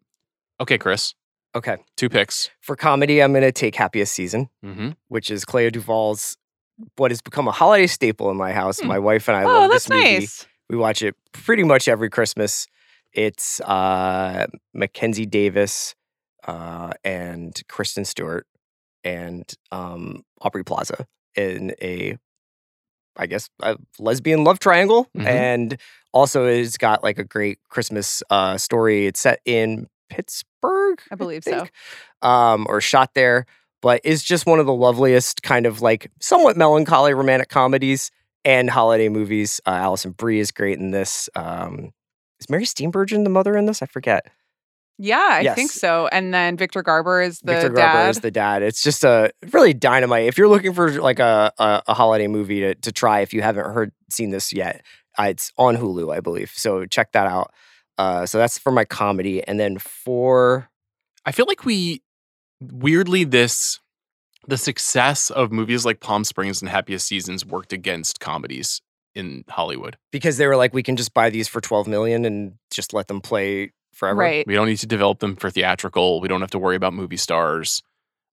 okay, Chris,
Okay.
two picks.
For comedy, I'm going to take Happiest Season,
Mm-hmm.
which is Cleo Duvall's what has become a holiday staple in my house.
Hmm.
My wife and I
oh,
love
that's
this movie.
nice.
We watch it pretty much every Christmas. It's uh, Mackenzie Davis uh, and Kristen Stewart and um, Aubrey Plaza in a, I guess, a lesbian love triangle.
Mm-hmm.
Mhm.
And also, it's got like a great Christmas uh, story. It's set in Pittsburgh,
I believe so.
think, um, or shot there, but is just one of the loveliest kind of like somewhat melancholy romantic comedies and holiday movies. Uh, Allison Brie is great in this. Um, is Mary Steenburgen the mother in this? I forget.
Yeah, I
Yes.
think so. And then Victor Garber is the
Victor
dad.
Garber is the dad. It's just a really dynamite. If you're looking for like a a, a holiday movie to, to try, if you haven't heard seen this yet, uh, it's on Hulu, I believe. So check that out. Uh, so that's for my comedy, and then for
I feel like we weirdly this the success of movies like Palm Springs and Happiest Seasons worked against comedies in Hollywood.
because they were like, we can just buy these for twelve million and just let them play forever.
right.
We don't need to develop them for theatrical. We don't have to worry about movie stars.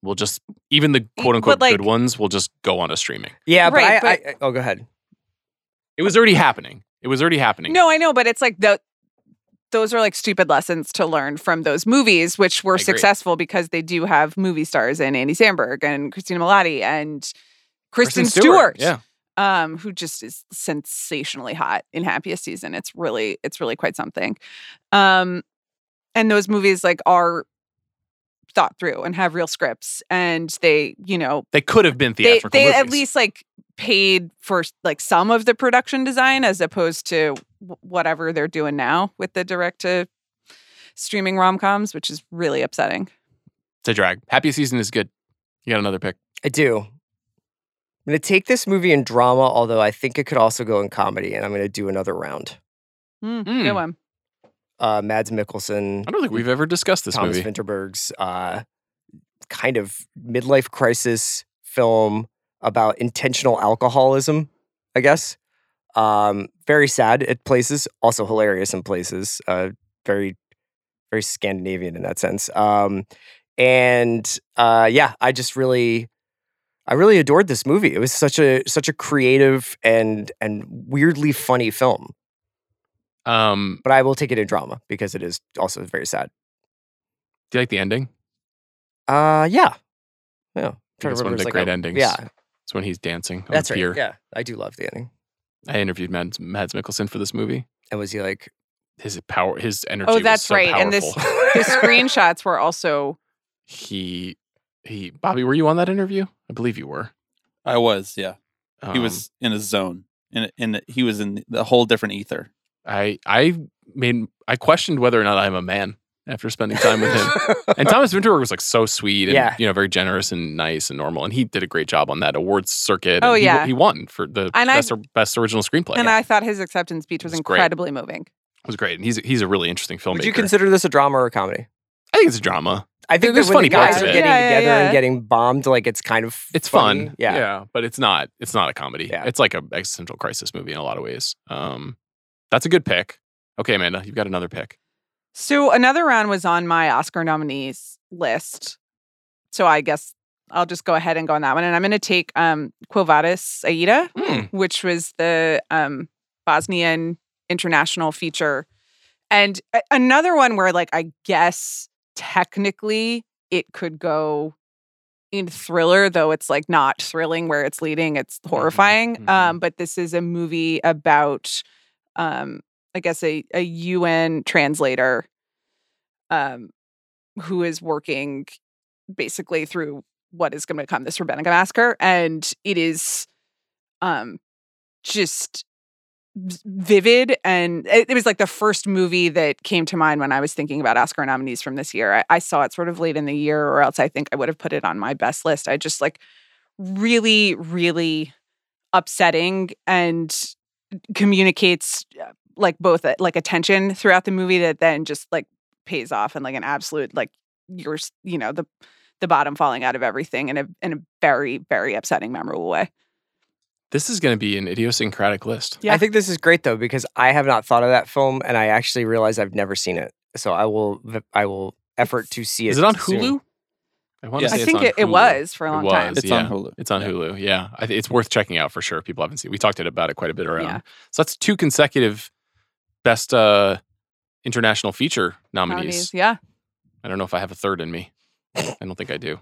We'll just even the
Y-
quote unquote
but, like-
good ones will just go on to streaming.
Yeah,
Right,
but, I, I, oh, go ahead.
It was already happening. It was already happening.
No, I know, but it's like the, those are like stupid lessons to learn from those movies, which were
agree.
successful because they do have movie stars in Andy Samberg and Christina Milioti and Kristen, Stewart.
Yeah.
um, who just is sensationally hot in Happiest Season. It's really, it's really quite something. Um, and those movies like are thought through and have real scripts, and they, you know,
They could have been
they
theatrical.
they at
movies.
least like paid for like some of the production design as opposed to wh- whatever they're doing now with the direct to streaming rom coms, which is really upsetting.
it's a drag. Happy season is good. You got another pick.
I do. I'm going to take this movie in drama, although I think it could also go in comedy, and I'm going to do another round.
Mm,
Hmm.
Good one.
Uh, Mads Mikkelsen,
I don't think we've ever discussed this
Thomas
movie.
Vinterberg's uh, kind of midlife crisis film about intentional alcoholism, I guess. Um, very sad at places, also hilarious in places. Uh, very, very Scandinavian in that sense. Um, and uh, yeah, I just really, I really adored this movie. It was such a such a creative and and weirdly funny film.
Um,
But I will take it in drama because it is also very sad.
do you like the ending?
Uh, yeah, yeah. I'm trying
it's
to
one of
remember.
the
It's like
great
a-
endings.
Yeah,
It's when he's dancing on
that's
the
right.
pier.
Yeah, I do love the ending.
I interviewed Mads, Mads Mikkelsen for this movie.
And was he like
His power, his energy.
Oh,
was
that's
so
right. And this-
powerful.
The screenshots were also
he, he, Bobby, were you on that interview? I believe you were.
I was, yeah. he
Um,
was in a zone, and and he was in the whole different ether.
Um, I, I made, I questioned whether or not I'm a man after spending time with him. And Thomas Vinterberg was like so sweet and
Yeah.
you know very generous and nice and normal, and he did a great job on that awards circuit.
Oh,
and he,
yeah.
he won for the
And I-
best, or- best original screenplay.
and
Yeah.
I thought his acceptance speech was
It's great.
incredibly moving.
it was great, and he's he's a really interesting filmmaker.
Would you consider this a drama or a comedy?
I think it's a drama.
I think
There's
that when
funny
the
parts of
guys are
it.
getting
Yeah, yeah,
together
yeah.
and getting bombed, like it's kind of
It's
funny.
fun.
Yeah.
but it's not it's not a comedy.
Yeah.
It's like a existential crisis movie in a lot of ways. Um, that's a good pick. Okay, Amanda, you've got another pick.
So another round was on my Oscar nominees list. So I guess I'll just go ahead and go on that one. And I'm going to take um, Quo Vadis Aida.
Hmm.
which was the um, Bosnian international feature. And a- another one where, like, I guess technically it could go in thriller, though it's like not thrilling where it's leading, it's horrifying.
mhm.
Um, but this is a movie about, um, I guess, a, a UN translator um, who is working basically through what is going to become this Rebecca massacre. And it is um just v- vivid and it, it was like the first movie that came to mind when i was thinking about oscar nominees from this year I, I saw it sort of late in the year or else i think i would have put it on my best list i just like really really upsetting and communicates uh, like both uh, like attention throughout the movie that then just like pays off and like an absolute like you're s- you know the the bottom falling out of everything in a in a very very upsetting memorable way
This is going to be an idiosyncratic list.
Yeah.
I think this is great though because I have not thought of that film, and I actually realize I've never seen it. So I will, I will effort to see it.
Is it on
soon.
Hulu? I want
Yeah.
to
I
say
I think
it's on
it, it
Hulu.
was for a
It
long time.
was.
It's on
yeah.
Hulu.
It's on
Yeah.
Hulu. Yeah, I th- it's worth checking out for sure. People haven't seen. We talked about it quite a bit around.
Yeah.
So that's two consecutive best uh, international feature nominees.
Nominees, Yeah.
I don't know if I have a third in me. I don't think I do.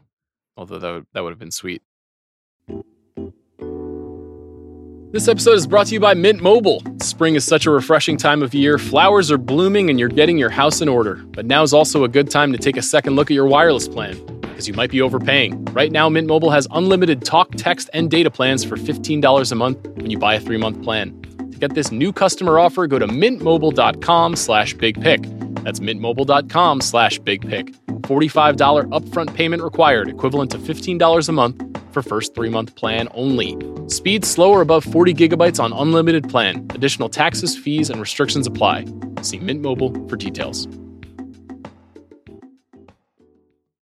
Although that would, that would have been sweet. This episode is brought to you by Mint Mobile. Spring is such a refreshing time of year. Flowers are blooming and you're getting your house in order. But now's also a good time to take a second look at your wireless plan because you might be overpaying. Right now, Mint Mobile has unlimited talk, text, and data plans for $15 a month when you buy a three-month plan. To get this new customer offer, go to mintmobile.com slash big pick. That's mintmobile.com slash big pick. $45 upfront payment required, equivalent to $15 a month for first three-month plan only. Speed slower above 40 gigabytes on unlimited plan. Additional taxes, fees, and restrictions apply. See Mint Mobile for details.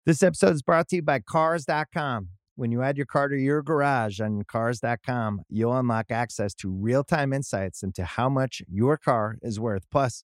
This episode is brought to you by Cars.com. When you add your car to your garage on Cars.com, you'll unlock access to real time insights into how much your car is worth. Plus,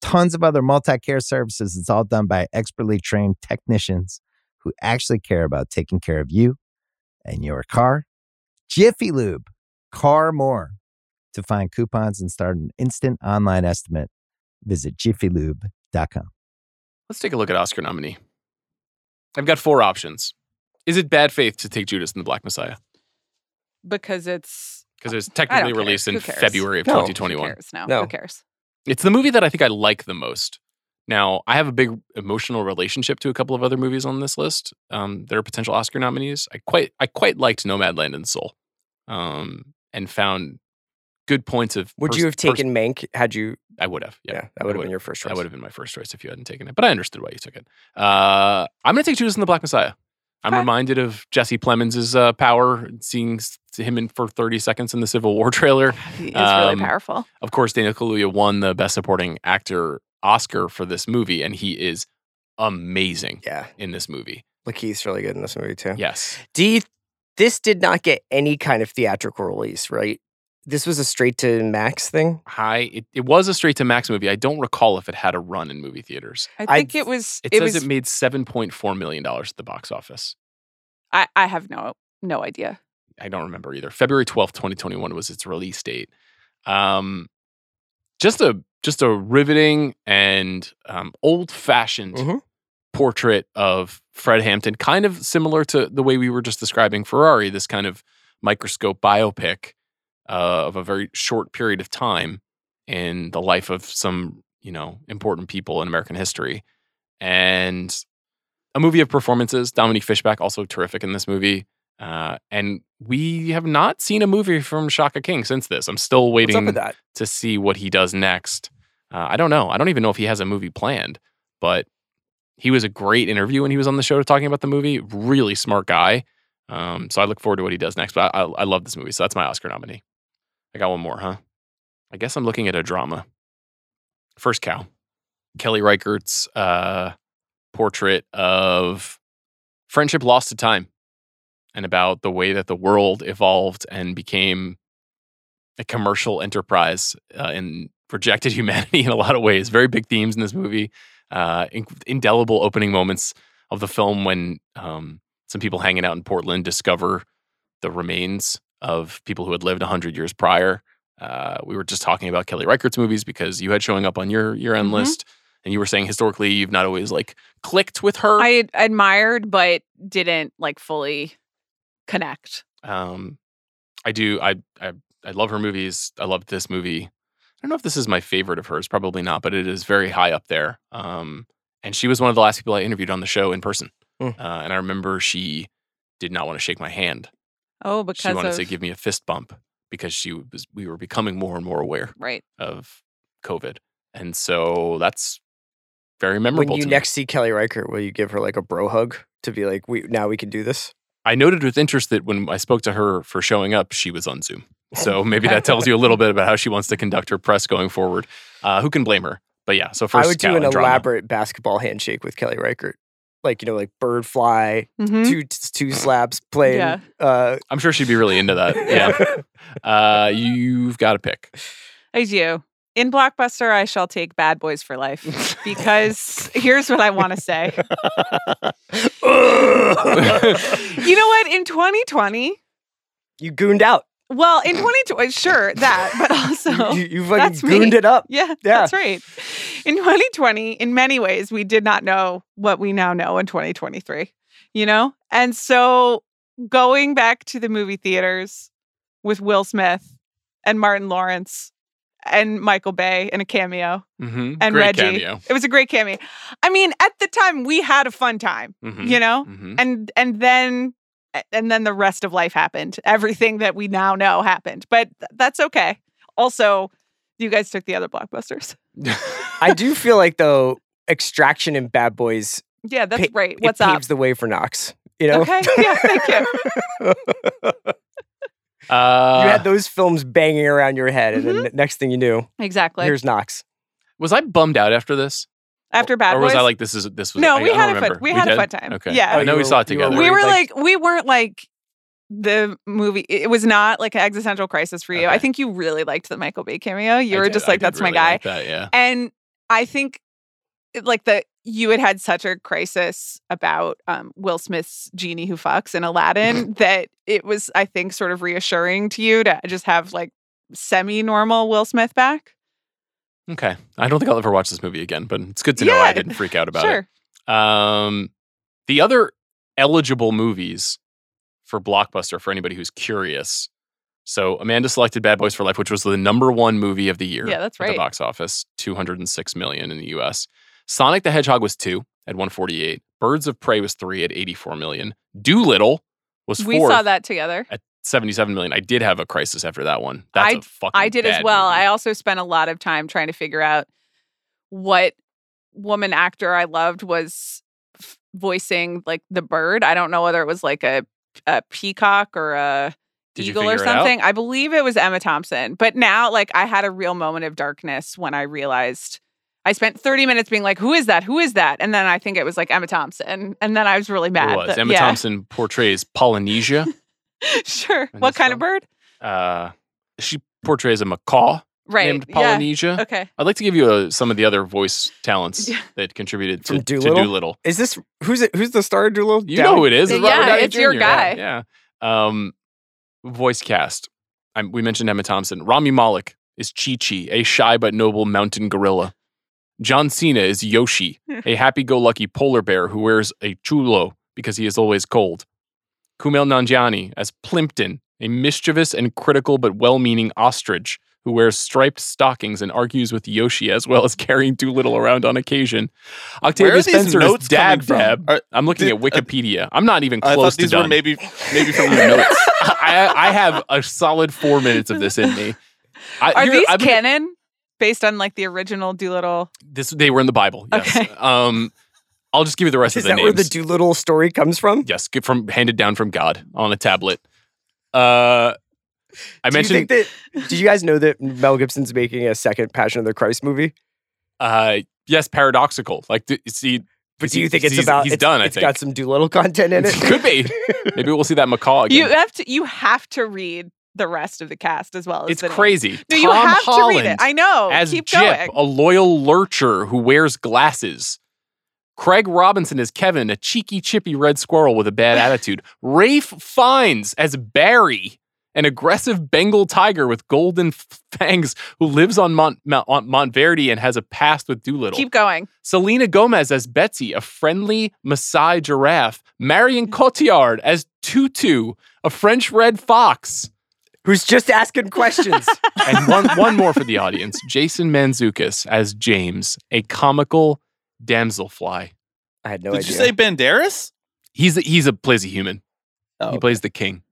tons of other multi care services. It's all done by expertly trained technicians who actually care about taking care of you and your car. Jiffy Lube, car more. To find coupons and start an instant online estimate, visit jiffylube.com.
Let's take a look at Oscar nominee. I've got four options. Is it bad faith to take Judas and the Black Messiah?
because it's
Because it was
I don't
technically
care.
released in
Who cares?
February of
No.
Who
2021.
cares now?
No.
Who cares?
It's the movie that I think I like the most. Now, I have a big emotional relationship to a couple of other movies on this list. Um, there are potential Oscar nominees. I quite, I quite liked Nomadland and Soul, um, and found good points of.
Would
pers-
you have
pers-
taken Mank had you?
I would have. Yeah,
Yeah,
I
that would have been
would-
your first choice.
That would have been my first choice if you hadn't taken it, but I understood why you took it. Uh, I'm going to take Judas and the Black Messiah. I'm
Okay.
reminded of Jesse Plemons' uh, power, seeing s- him in for 30 seconds in the Civil War trailer.
It's
Um,
really powerful.
Of course, Daniel Kaluuya won the Best Supporting Actor Oscar for this movie, and he is amazing
Yeah,
in this movie.
Lakeith's really good in this movie too.
Yes.
Do you, this did not get any kind of theatrical release, right? This was a straight to Max thing.
Hi. It, it was a straight to Max movie. I don't recall if it had a run in movie theaters.
I
I-
think it was.
It,
It,
says
was.
it made $7.4 million at the box office.
I, I have no no idea.
I don't remember either. February 12th, 2021 was its release date. Um, just a just a riveting and um, old-fashioned
Mhm.
portrait of Fred Hampton, kind of similar to the way we were just describing Ferrari, this kind of microscope biopic uh, of a very short period of time in the life of some, you know, important people in American history. And a movie of performances. Dominique Fishback, also terrific in this movie. Uh, and we have not seen a movie from Shaka King since this. I'm still
What's up
waiting
with that?
to see what he does next. Uh, I don't know. I don't even know if he has a movie planned, but he was a great interview when he was on the show talking about the movie. Really smart guy. Um, so I look forward to what he does next. But I, I, I love this movie. So that's my Oscar nominee. I got one more, huh? I guess I'm looking at a drama. First Cow. Kelly Reichert's uh, portrait of friendship lost to time and about the way that the world evolved and became a commercial enterprise uh, and rejected humanity in a lot of ways. Very big themes in this movie. Uh, in- indelible opening moments of the film when um, some people hanging out in Portland discover the remains of people who had lived 100 years prior. Uh, we were just talking about Kelly Reichert's movies because you had showing up on your year end
Mhm.
list, and you were saying historically you've not always like clicked with her.
I admired, but didn't like fully connect.
Um, I do. I, I I love her movies. I love this movie. I don't know if this is my favorite of hers. Probably not, but it is very high up there. Um, and she was one of the last people I interviewed on the show in person.
Mm.
Uh, and I remember she did not want to shake my hand.
Oh, because
she wanted
of,
to give me a fist bump because she was. We were becoming more and more aware
right.
of COVID, and so that's very memorable.
When you
to me.
next see Kelly Riker, will you give her like a bro hug to be like, we now we can do this?
I noted with interest that when I spoke to her for showing up, she was on Zoom. So maybe that tells you a little bit about how she wants to conduct her press going forward. Uh, who can blame her? But yeah, so first
I would do
Cal
an
and drama.
elaborate basketball handshake with Kelly Riker, like you know, like bird fly,
Hmm? Mm-hmm.
Mhm.
two two slaps playing.
Yeah.
Uh,
I'm sure she'd be really into that. Yeah. uh, you've got to pick.
I do. In Blockbuster, I shall take Bad Boys for Life because here's what I want to say. You know what? In 2020,
you gooned out.
well, in 2020, sure, that, but also.
you, you fucking
that's me.
gooned it up.
Yeah, that's right. In 2020, in many ways, we did not know what we now know in 2023, you know? And so going back to the movie theaters with Will Smith and Martin Lawrence and Michael Bay in a cameo,
Mm-hmm.
And
Great
Reggie.
cameo.
it was a great cameo. I mean, at the time, we had a fun time,
Mhm.
you know?
Mhm.
and and then and then the rest of life happened everything that we now know happened but th- that's okay also you guys took the other blockbusters
I do feel like though, Extraction and Bad Boys
Yeah, that's
Pa-
right.
it
What's up?
paves the way for Knox. You know?
Okay. Yeah, thank you.
you
Uh, Mm-hmm.
had those films banging around your head, and then the next thing you knew,
exactly.
here's Knox.
was I bummed out after this?
After Bad
or
Boys.
was I like this is this was
No,
I- I
we
don't
had a fun-
remember.
we had a
did?
fun time.
Okay.
Yeah.
I know
You
we
were-
saw it
you were
together.
we
worried,
were
like-
like, we weren't like the movie. It was not like an existential crisis for you.
Okay.
I think you really liked the Michael Bay cameo. You
I
were
did-
just
I
like,
did
that's my
really
guy.
like that, yeah.
and I think it- like the you had had such a crisis about um, Will Smith's genie who fucks
Mm-hmm.
in Aladdin that it was I think sort of reassuring to you to just have like semi normal Will Smith back.
Okay. I don't think I'll ever watch this movie again, but it's good to know I
Yeah.
didn't freak out about
sure.
it. Um, the other eligible movies for Blockbuster for anybody who's curious. So Amanda selected Bad Boys for Life, which was the number one movie of the year.
Yeah, that's
at the
right.
box office, 206 million in the US. Sonic the Hedgehog was two at 148. Birds of Prey was three at 84 million. Doolittle was
We
four
saw that together.
at 77 million. I did have a crisis after that one. That's a fucking
I did as
bad
well.
movie.
I also spent a lot of time trying to figure out what woman actor I loved was f- voicing like the bird. I don't know whether it was like a a peacock or a
Did you
eagle or
figure it out?
something. I believe it was Emma Thompson. But now like I had a real moment of darkness when I realized I spent 30 minutes being like, who is that? Who is that? And then I think it was like Emma Thompson. And then I was really mad.
It was.
that-
Emma
yeah.
Thompson portrays Polynesia.
sure.
In
What
this
kind of
film?
bird?
uh, she portrays a macaw
Right.
named
yeah.
Polynesia.
Okay.
I'd like to give you uh, some of the other voice talents
Yeah.
that contributed to,
From
to
Doolittle?
Doolittle.
Is this who's it? Who's the star of Doolittle?
You
Downey?
know who it is.
Yeah,
Robert Downey
it's your
Jr..
guy.
Yeah. Um, voice cast. i we mentioned Emma Thompson. Rami Malek is Chi Chi, a shy but noble mountain gorilla. John Cena is Yoshi, a happy go lucky polar bear who wears a chulo because he is always cold. Kumail Nanjiani as Plimpton, a mischievous and critical but well meaning ostrich who wears striped stockings and argues with Yoshi as well as carrying Doolittle around on occasion.
Where
Octavia
are these
Spencer
notes
is Dab
coming from?
Dab.
Are-
I'm looking
Did-
at Wikipedia. I'm not even close
I thought
to
these
done.
were maybe maybe from your notes.
I, I have a solid four minutes of this in me. I,
Are
Uh, you're-
these
I'm-
canon based on like the original Doolittle?
This they were in the Bible. Yes.
Okay.
Um, I'll just give you the rest
Is
of the
that
names.
where the Doolittle story comes from?
yes, get from handed down from God on a tablet. Uh, I
Do
mentioned.
You think that, did you guys know that Mel Gibson's making a second Passion of the Christ movie?
uh, yes, paradoxical. Like, d- see,
But
He's-
do you think it's
he's-
about?
he's
it's,
done, I
It's
think.
got some Doolittle content in it.
could be. Maybe we'll see that macaw again.
You have to you have to read the rest of the cast as well. As
it's
the name.
crazy.
No, you
Tom
have
Holland
to read it. I know.
as
Oh, Keep
Jip,
going.
a loyal lurcher who wears glasses. Craig Robinson as Kevin, a cheeky, chippy red squirrel with a bad attitude. Rafe Fiennes as Barry, an aggressive Bengal tiger with golden f- fangs who lives on Mont, Mount, on Montverde and has a past with Doolittle.
Keep going.
Selena Gomez as Betsy, a friendly Maasai giraffe. Marion Cotillard as Tutu, a French red fox.
Who's just asking questions?
And one, one more for the audience Jason Manzukis as James, a comical damselfly.
I had no
Did
idea.
you say Banderas?
He's a, he's a plays a human.
Oh,
He plays the king.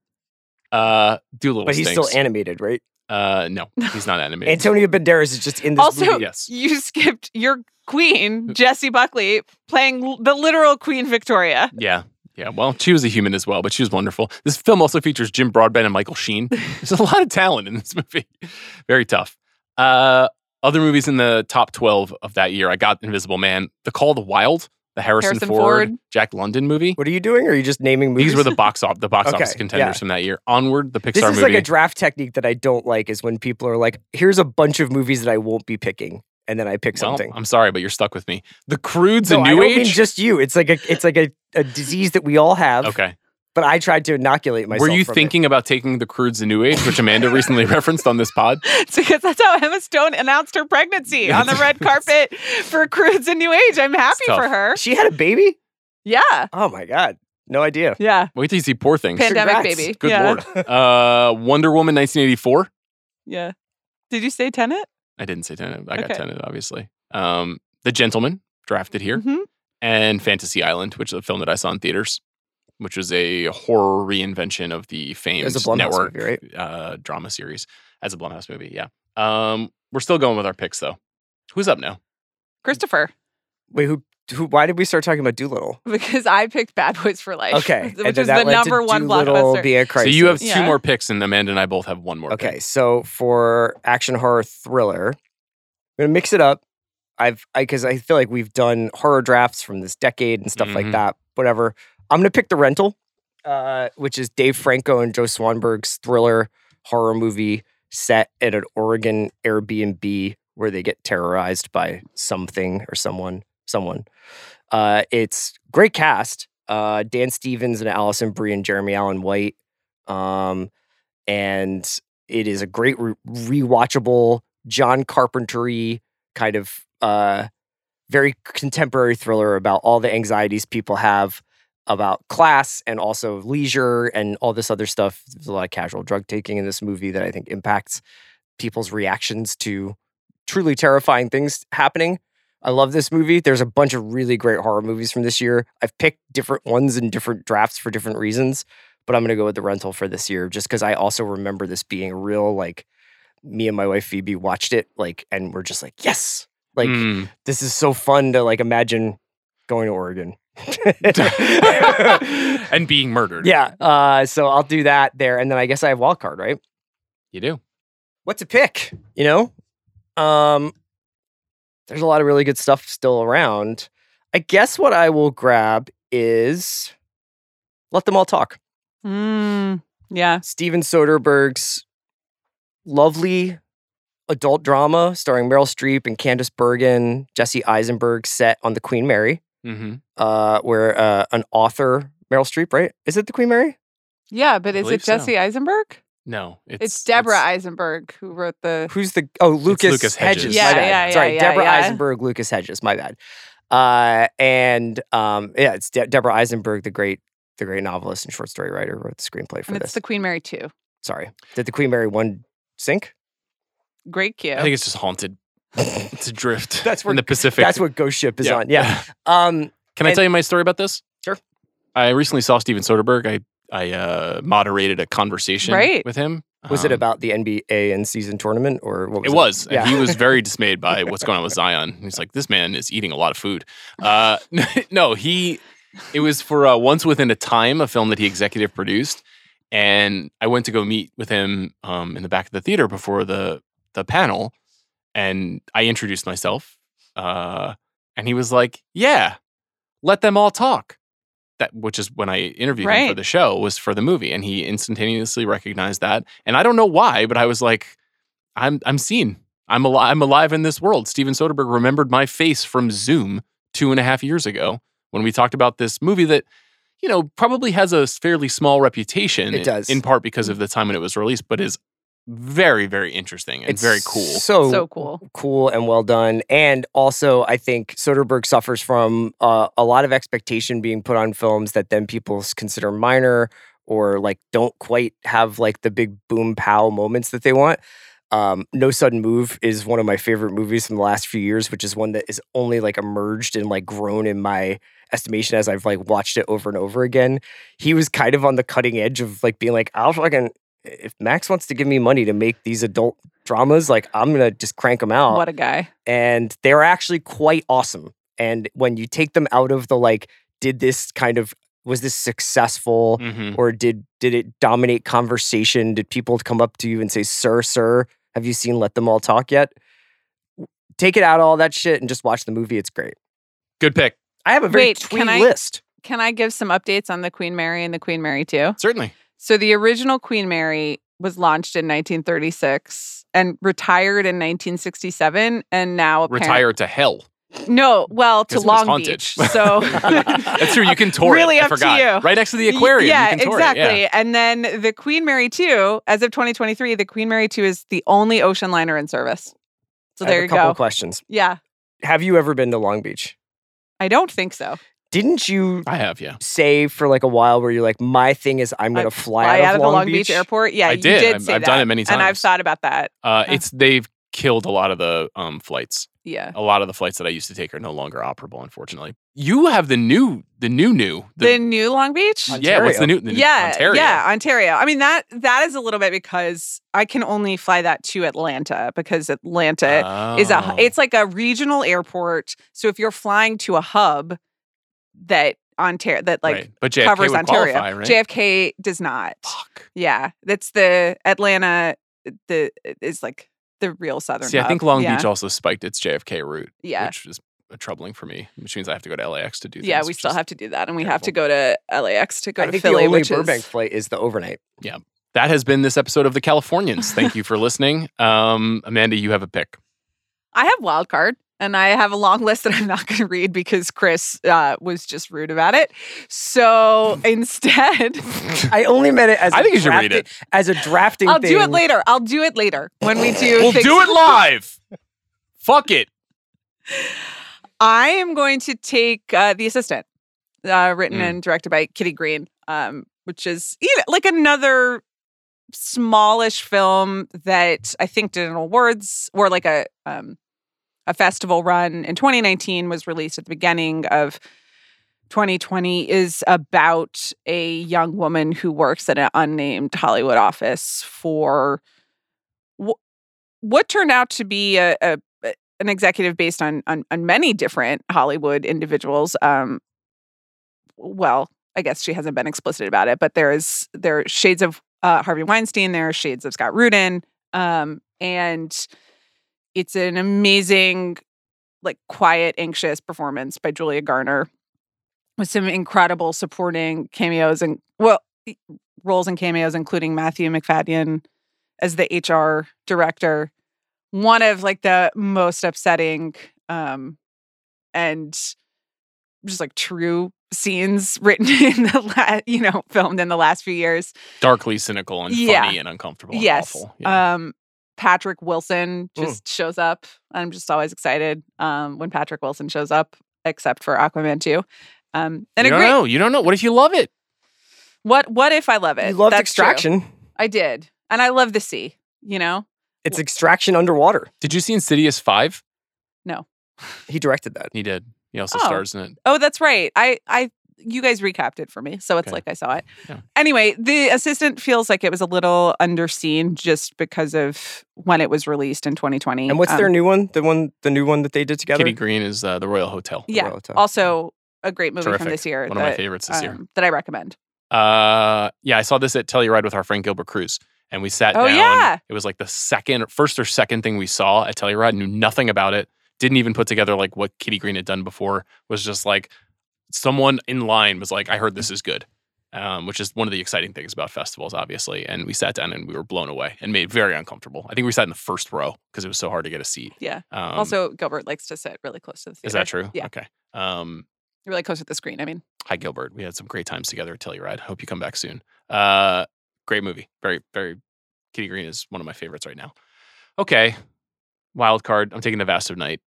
Uh, Doolittle.
but he's
stinks.
still animated, right?
uh, no, he's not animated.
Antonio Banderas is just in this
Also,
movie.
yes.
you skipped your queen, Jessie Buckley, playing l- the literal Queen Victoria.
Yeah, yeah. Well, she was a human as well, but she was wonderful. This film also features Jim Broadbent and Michael Sheen. There's a lot of talent in this movie. Very tough. Uh, other movies in the top twelve of that year, I got Invisible Man, The Call of the Wild, the Harrison,
Harrison
Ford,
Ford.
Jack London movie.
What are you doing? Or are you just naming movies?
These were the box off the box
Okay,
office contenders
yeah.
from that year. Onward, the Pixar
This is
movie.
like a draft technique that I don't like. Is when people are like, "Here's a bunch of movies that I won't be picking," and then I pick
well,
something.
I'm sorry, but you're stuck with me. The Crudes,
no,
a
I
new
don't mean
age.
just you. It's like a it's like a, a disease that we all have.
okay.
But I tried to inoculate myself.
Were you
from it.
thinking about taking the Crudes, a new age, which Amanda recently referenced on this pod?
It's because that's how Emma Stone announced her pregnancy on the red carpet for Crudes and New Age. I'm happy
tough.
for her.
she had a baby?
Yeah.
Oh my god, no idea.
Yeah.
Wait till you see Poor Things.
Pandemic
Congrats.
baby.
Good
yeah.
lord. Uh, Wonder Woman, 1984.
Yeah. Did you say Tenet?
I didn't say Tenet. I got
Okay.
Tenet, obviously. Um, the Gentleman, drafted here,
Mhm.
and Fantasy Island, which is a film that I saw in theaters, which was a horror reinvention of the
It was
famed
a Blumhouse
network
movie, right?
uh, drama series as a Blumhouse movie. Yeah. Um, we're still going with our picks though. Who's up now?
Christopher.
Wait, who? Who? Why did we start talking about Doolittle?
because I picked Bad Boys for Life.
Okay,
which
then
is the
led to
number one
Doolittle
blockbuster.
Be a
So
crisis.
you have two
Yeah.
more picks, and Amanda and I both have one more. pick.
Okay, so for action horror thriller, I'm gonna mix it up. I've I because I feel like we've done horror drafts from this decade and stuff
Mhm.
like that. Whatever. I'm gonna pick the rental, uh, which is Dave Franco and Joe Swanberg's thriller horror movie set at an Oregon Airbnb where they get terrorized by something or someone. Someone. Uh, it's great cast. Uh, Dan Stevens and Allison Brie and Jeremy Allen White. Um, and it is a great re- rewatchable John Carpentry kind of uh, very contemporary thriller about all the anxieties people have about class and also leisure and all this other stuff. There's a lot of casual drug taking in this movie that I think impacts people's reactions to truly terrifying things happening. I love this movie. There's a bunch of really great horror movies from this year. I've picked different ones in different drafts for different reasons but I'm going to go with the rental for this year just because I also remember this being a real like me and my wife Phoebe watched it like and we're just like yes like
Mm.
this is so fun to like imagine going to Oregon.
and being murdered.
yeah, uh, so I'll do that there, and then I guess I have wild card, right?
you do.
What to pick? You know, um, there's a lot of really good stuff still around. I guess what I will grab is let them all talk.
Mm, yeah.
Steven Soderbergh's lovely adult drama starring Meryl Streep and Candace Bergen, Jesse Eisenberg, set on the Queen Mary,
hmm
uh, where uh, an author, Meryl Streep, right? Is it the Queen Mary?
Yeah, but is
believe
it
so.
Jesse Eisenberg?
No, it's,
It's, Deborah
it's-
Eisenberg who wrote the
Who's the? Oh, Lucas,
Lucas Hedges.
Hedges.
Yeah,
my bad.
yeah, yeah,
Sorry,
yeah,
Deborah
yeah.
Eisenberg, Lucas Hedges. My bad. Uh, and um, yeah, it's De- Deborah Eisenberg, the great, the great novelist and short story writer, wrote the screenplay for
and it's
this.
the Queen Mary 2.
Sorry, did the Queen Mary one sink?
Great cue.
I think it's just haunted. It's adrift.
That's where-
in the Pacific.
That's what Ghost Ship is on. Yeah. Um,
Can I
And-
tell you my story about this?
Sure.
I recently saw Steven Soderbergh. I I uh, moderated a conversation
Right.
with him.
Was it
Um,
about the NBA and season tournament or what was
It
it?
was.
Yeah.
And he was very dismayed by what's going on with Zion. He's like, this man is eating a lot of food. Uh, no, he, it was for uh, Once Within a Time, a film that he executive produced. And I went to go meet with him um, in the back of the theater before the, the panel. And I introduced myself. Uh, and he was like, yeah, let them all talk. That, which is when I interviewed him for
Right.
the show was for the movie, and he instantaneously recognized that. And I don't know why, but I was like, I'm I'm seen. I'm alive. I'm alive in this world. Steven Soderbergh remembered my face from Zoom two and a half years ago when we talked about this movie that, you know, probably has a fairly small reputation.
It does. Mm-hmm.
in part because of the time when it was released, but is very very interesting and very cool.
So,
so cool.
cool and well done. And also, I think Soderbergh suffers from uh, a lot of expectation being put on films that then people s- consider minor or like don't quite have like the big boom pow moments that they want. Um, no sudden move is one of my favorite movies from the last few years, which is one that is only like emerged and like grown in my estimation as I've like watched it over and over again. He was kind of on the cutting edge of like being like, I'll fucking if Max wants to give me money to make these adult dramas, like I'm gonna just crank them out
What a guy.
and they're actually quite awesome. And when you take them out of the like, did this kind of was this successful
Mhm.
Mm.
or did did it dominate conversation? Did people come up to you and say, "Sir, sir, have you seen Let Them All Talk yet?" Take it out of all that shit and just watch the movie. It's great.
Good pick,
I have a very
Wait,
twee
can I-
list.
Can I give some updates on the Queen Mary and the Queen Mary 2?
certainly.
So the original Queen Mary was launched in 1936 and retired in 1967 and now apparent-
Retire to hell.
No, well, to
'Cause it was
Long
haunted.
Beach. So
That's true. You can tour
Really
it. I
up to
forgot.
you.
Right next to the
Y-
aquarium.
Yeah,
you can tour it,
exactly. And then the Queen Mary 2, as of 2023, the Queen Mary 2 is the only ocean liner in service. So
I have
there
a
you
couple
go.
questions.
yeah,
Have you ever been to Long Beach?
I don't think so.
Didn't you
I have. Yeah.
say for like a while where you're like, my thing is I'm
I
gonna fly,
Fly
out, of Long, Beach,
Airport. Yeah,
I
you
did.
did
I'm-
say
I've done
that.
it many
And I've
times.
thought about that.
Uh,
Oh.
It's they've killed a lot of the um, flights.
Yeah.
A lot of the flights that I used to take are no longer operable, unfortunately. You have the new, the new, new,
The, new Long Beach?
yeah. What's the new? The new
yeah.
Ontario.
Yeah, Ontario. I mean that that is a little bit because I can only fly that to Atlanta because Atlanta is a
Oh.
it's like a regional airport. So if you're flying to a hub that Ontario that like
Right. but JFK
covers
would
Ontario,
qualify, right?
JFK does not.
Fuck.
Yeah, that's the Atlanta. uh, The is like the real southern.
See, I
hub.
think Long
yeah.
Beach also spiked its JFK route,
Yeah,
which is troubling for me, which means I have to go to LAX to do.
yeah,
things,
we
which
still
is-
have to do that, and we have to
terrible.
go to LAX to go
I
to
think
Philly,
the only
which
Burbank
is
flight is the overnight.
That has been this episode of the Californians. Thank you for listening, um, Amanda. You have a pick.
I have wild card. And I have a long list that I'm not going to read because Chris uh, was just rude about it. So instead,
I only meant it as
I
a
think you should read
drafting- as a drafting.
I'll do it
thing.
later. I'll do it later when we do.
We'll
things-
do it live. Fuck it.
I am going to take uh, The Assistant, uh, written
Mm.
and directed by Kitty Green, um, which is you know, like another smallish film that I think did an awards or like a um, a festival run in 2019 was released at the beginning of 2020 is about a young woman who works at an unnamed Hollywood office for wh- what turned out to be a, a an executive based on on, on many different Hollywood individuals. Um, well, I guess she hasn't been explicit about it, but there is there are shades of uh, Harvey Weinstein, there are shades of Scott Rudin, um, and it's an amazing, like quiet, anxious performance by Julia Garner, with some incredible supporting cameos and well e- roles and cameos, including Matthew McFadden as the HR director one of like the most upsetting um and just like true scenes written in the la- you know filmed in the last few years
Darkly cynical and
Yeah.
funny and uncomfortable. and
yes
awful. Yeah.
um patrick wilson
Mm.
just shows up i'm just always excited um when patrick wilson shows up except for aquaman 2 um and
you
a
don't
great
know. You don't know. What if you love it?
what what if i love it
You loved
That's true.
extraction.
i did and i love the sea you know
It's extraction underwater.
Did you see Insidious Five?
He directed that.
He did. He also
Oh.
stars in it.
Oh, that's right. I I you guys recapped it for me, so it's
Okay.
like I saw it.
Yeah.
Anyway, the assistant feels like it was a little underseen just because of when it was released in 2020.
And what's
Um,
their new one? The one, the new one that they did together.
Mm, Kitty Green is uh, the Royal Hotel.
Yeah.
Relative.
Also, a great movie
Terrific.
from this year.
One
that,
of my favorites this year.
um, that I recommend.
Uh, yeah, I saw this at Telluride with our friend Gilbert Cruz, and we sat
Oh,
down.
yeah.
It was like the second, first or second thing we saw at Telluride. Knew nothing about it. Didn't even put together like what Kitty Green had done before. Was just like someone in line was like, "I heard this is good," um, which is one of the exciting things about festivals, obviously. And we sat down and we were blown away and made very uncomfortable. I think we sat in the first row because it was so hard to get a seat.
Yeah.
Um,
also, Gilbert likes to sit really close to the theater.
is that true?
Yeah,
Okay. Um,
really close to the screen. I mean,
Hi, Gilbert. We had some great times together at Telluride. Hope you come back soon. Uh, great movie. Very, very. Kitty Green is one of my favorites right now. Okay, wild card. I'm taking the Vast of Night.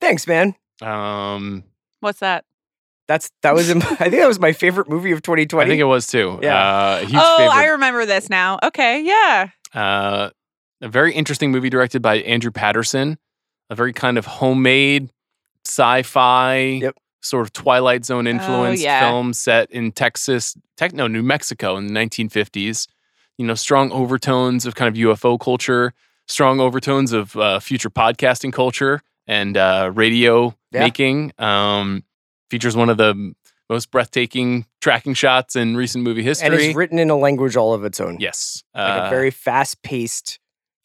Thanks, man.
Um,
what's that?
That's that was. in- I think that was my favorite movie of 2020.
I think it was too.
Yeah.
Uh, a huge
oh, I
favorite.
remember this now. Okay, yeah.
uh, a very interesting movie directed by Andrew Patterson. A very kind of homemade sci-fi.
Yep. Oh,
Sort of Twilight Zone influenced
yeah.
film set in Texas, tech, no, New Mexico in the 1950s. you know, strong overtones of kind of UFO culture, strong overtones of uh, future podcasting culture and uh, radio
Yeah.
making. Um, features one of the most breathtaking tracking shots in recent movie history.
and it's written in a language all of its own.
yes,
like
Uh,
a very fast-paced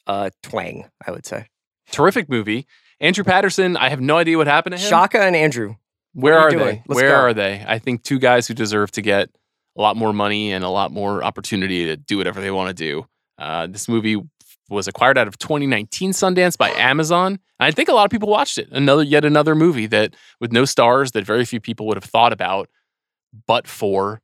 uh, twang. I would say.
terrific movie. Andrew Patterson. I have no idea what happened to him.
Shaka and Andrew.
Where
What
are,
are you doing?
they?
Let's
Where
go.
are they? I think two guys who deserve to get a lot more money and a lot more opportunity to do whatever they want to do. Uh, this movie was acquired out of 2019 Sundance by Amazon, and I think a lot of people watched it. Another, yet another movie that with no stars that very few people would have thought about, but for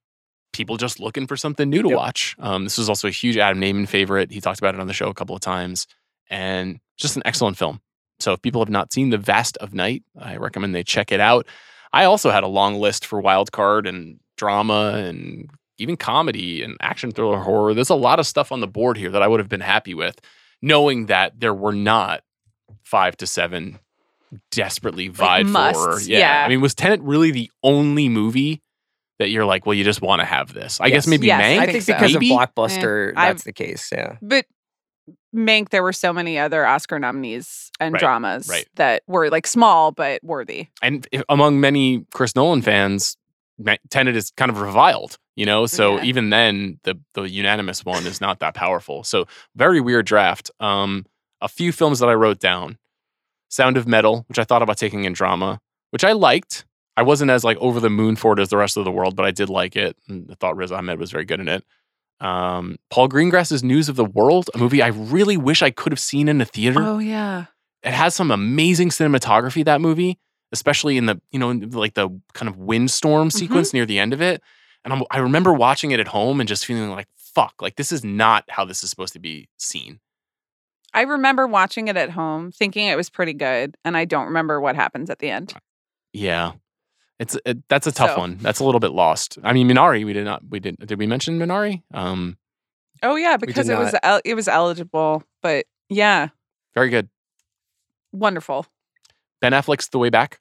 people just looking for something new to
Yep.
watch. Um, this was also a huge Adam Naiman favorite. He talked about it on the show a couple of times, and just an excellent film. So if people have not seen The Vast of Night, I recommend they check it out. I also had a long list for wild card and drama and even comedy and action thriller horror. There's a lot of stuff on the board here that I would have been happy with, knowing that there were not five to seven desperately vied for.
musts, yeah.
I mean, was Tenet really the only movie that you're like, well, you just want to have this? I guess
Yes.
maybe
Yes,
Mank.
I
I
think
think
so.
because
Maybe?
of Blockbuster,
Yeah.
that's the case. Yeah.
But Mank, there were so many other Oscar nominees and
Right,
dramas
right.
that were like small but worthy.
and if- among many Chris Nolan fans, Ma- Tenet is kind of reviled, you know. So
Yeah.
even then, the the unanimous one is not that powerful. So very weird draft. Um, a few films that I wrote down: Sound of Metal, which I thought about taking in drama, which I liked. I wasn't as like over the moon for it as the rest of the world, but I did like it, and I thought Riz Ahmed was very good in it. Um, Paul Greengrass's News of the World, a movie I really wish I could have seen in a theater
Oh yeah.
it has some amazing cinematography that movie especially in the you know in, like the kind of windstorm sequence near the end of it and I'm, i remember watching it at home and just feeling like fuck like this is not how this is supposed to be seen
I remember watching it at home, thinking it was pretty good, and I don't remember what happens at the end.
yeah it's it, that's a tough
So-
one that's a little bit lost i mean minari we did not we did did we mention minari um
Oh yeah, because it was el- it was eligible, but yeah,
very good
wonderful.
ben affleck's the way back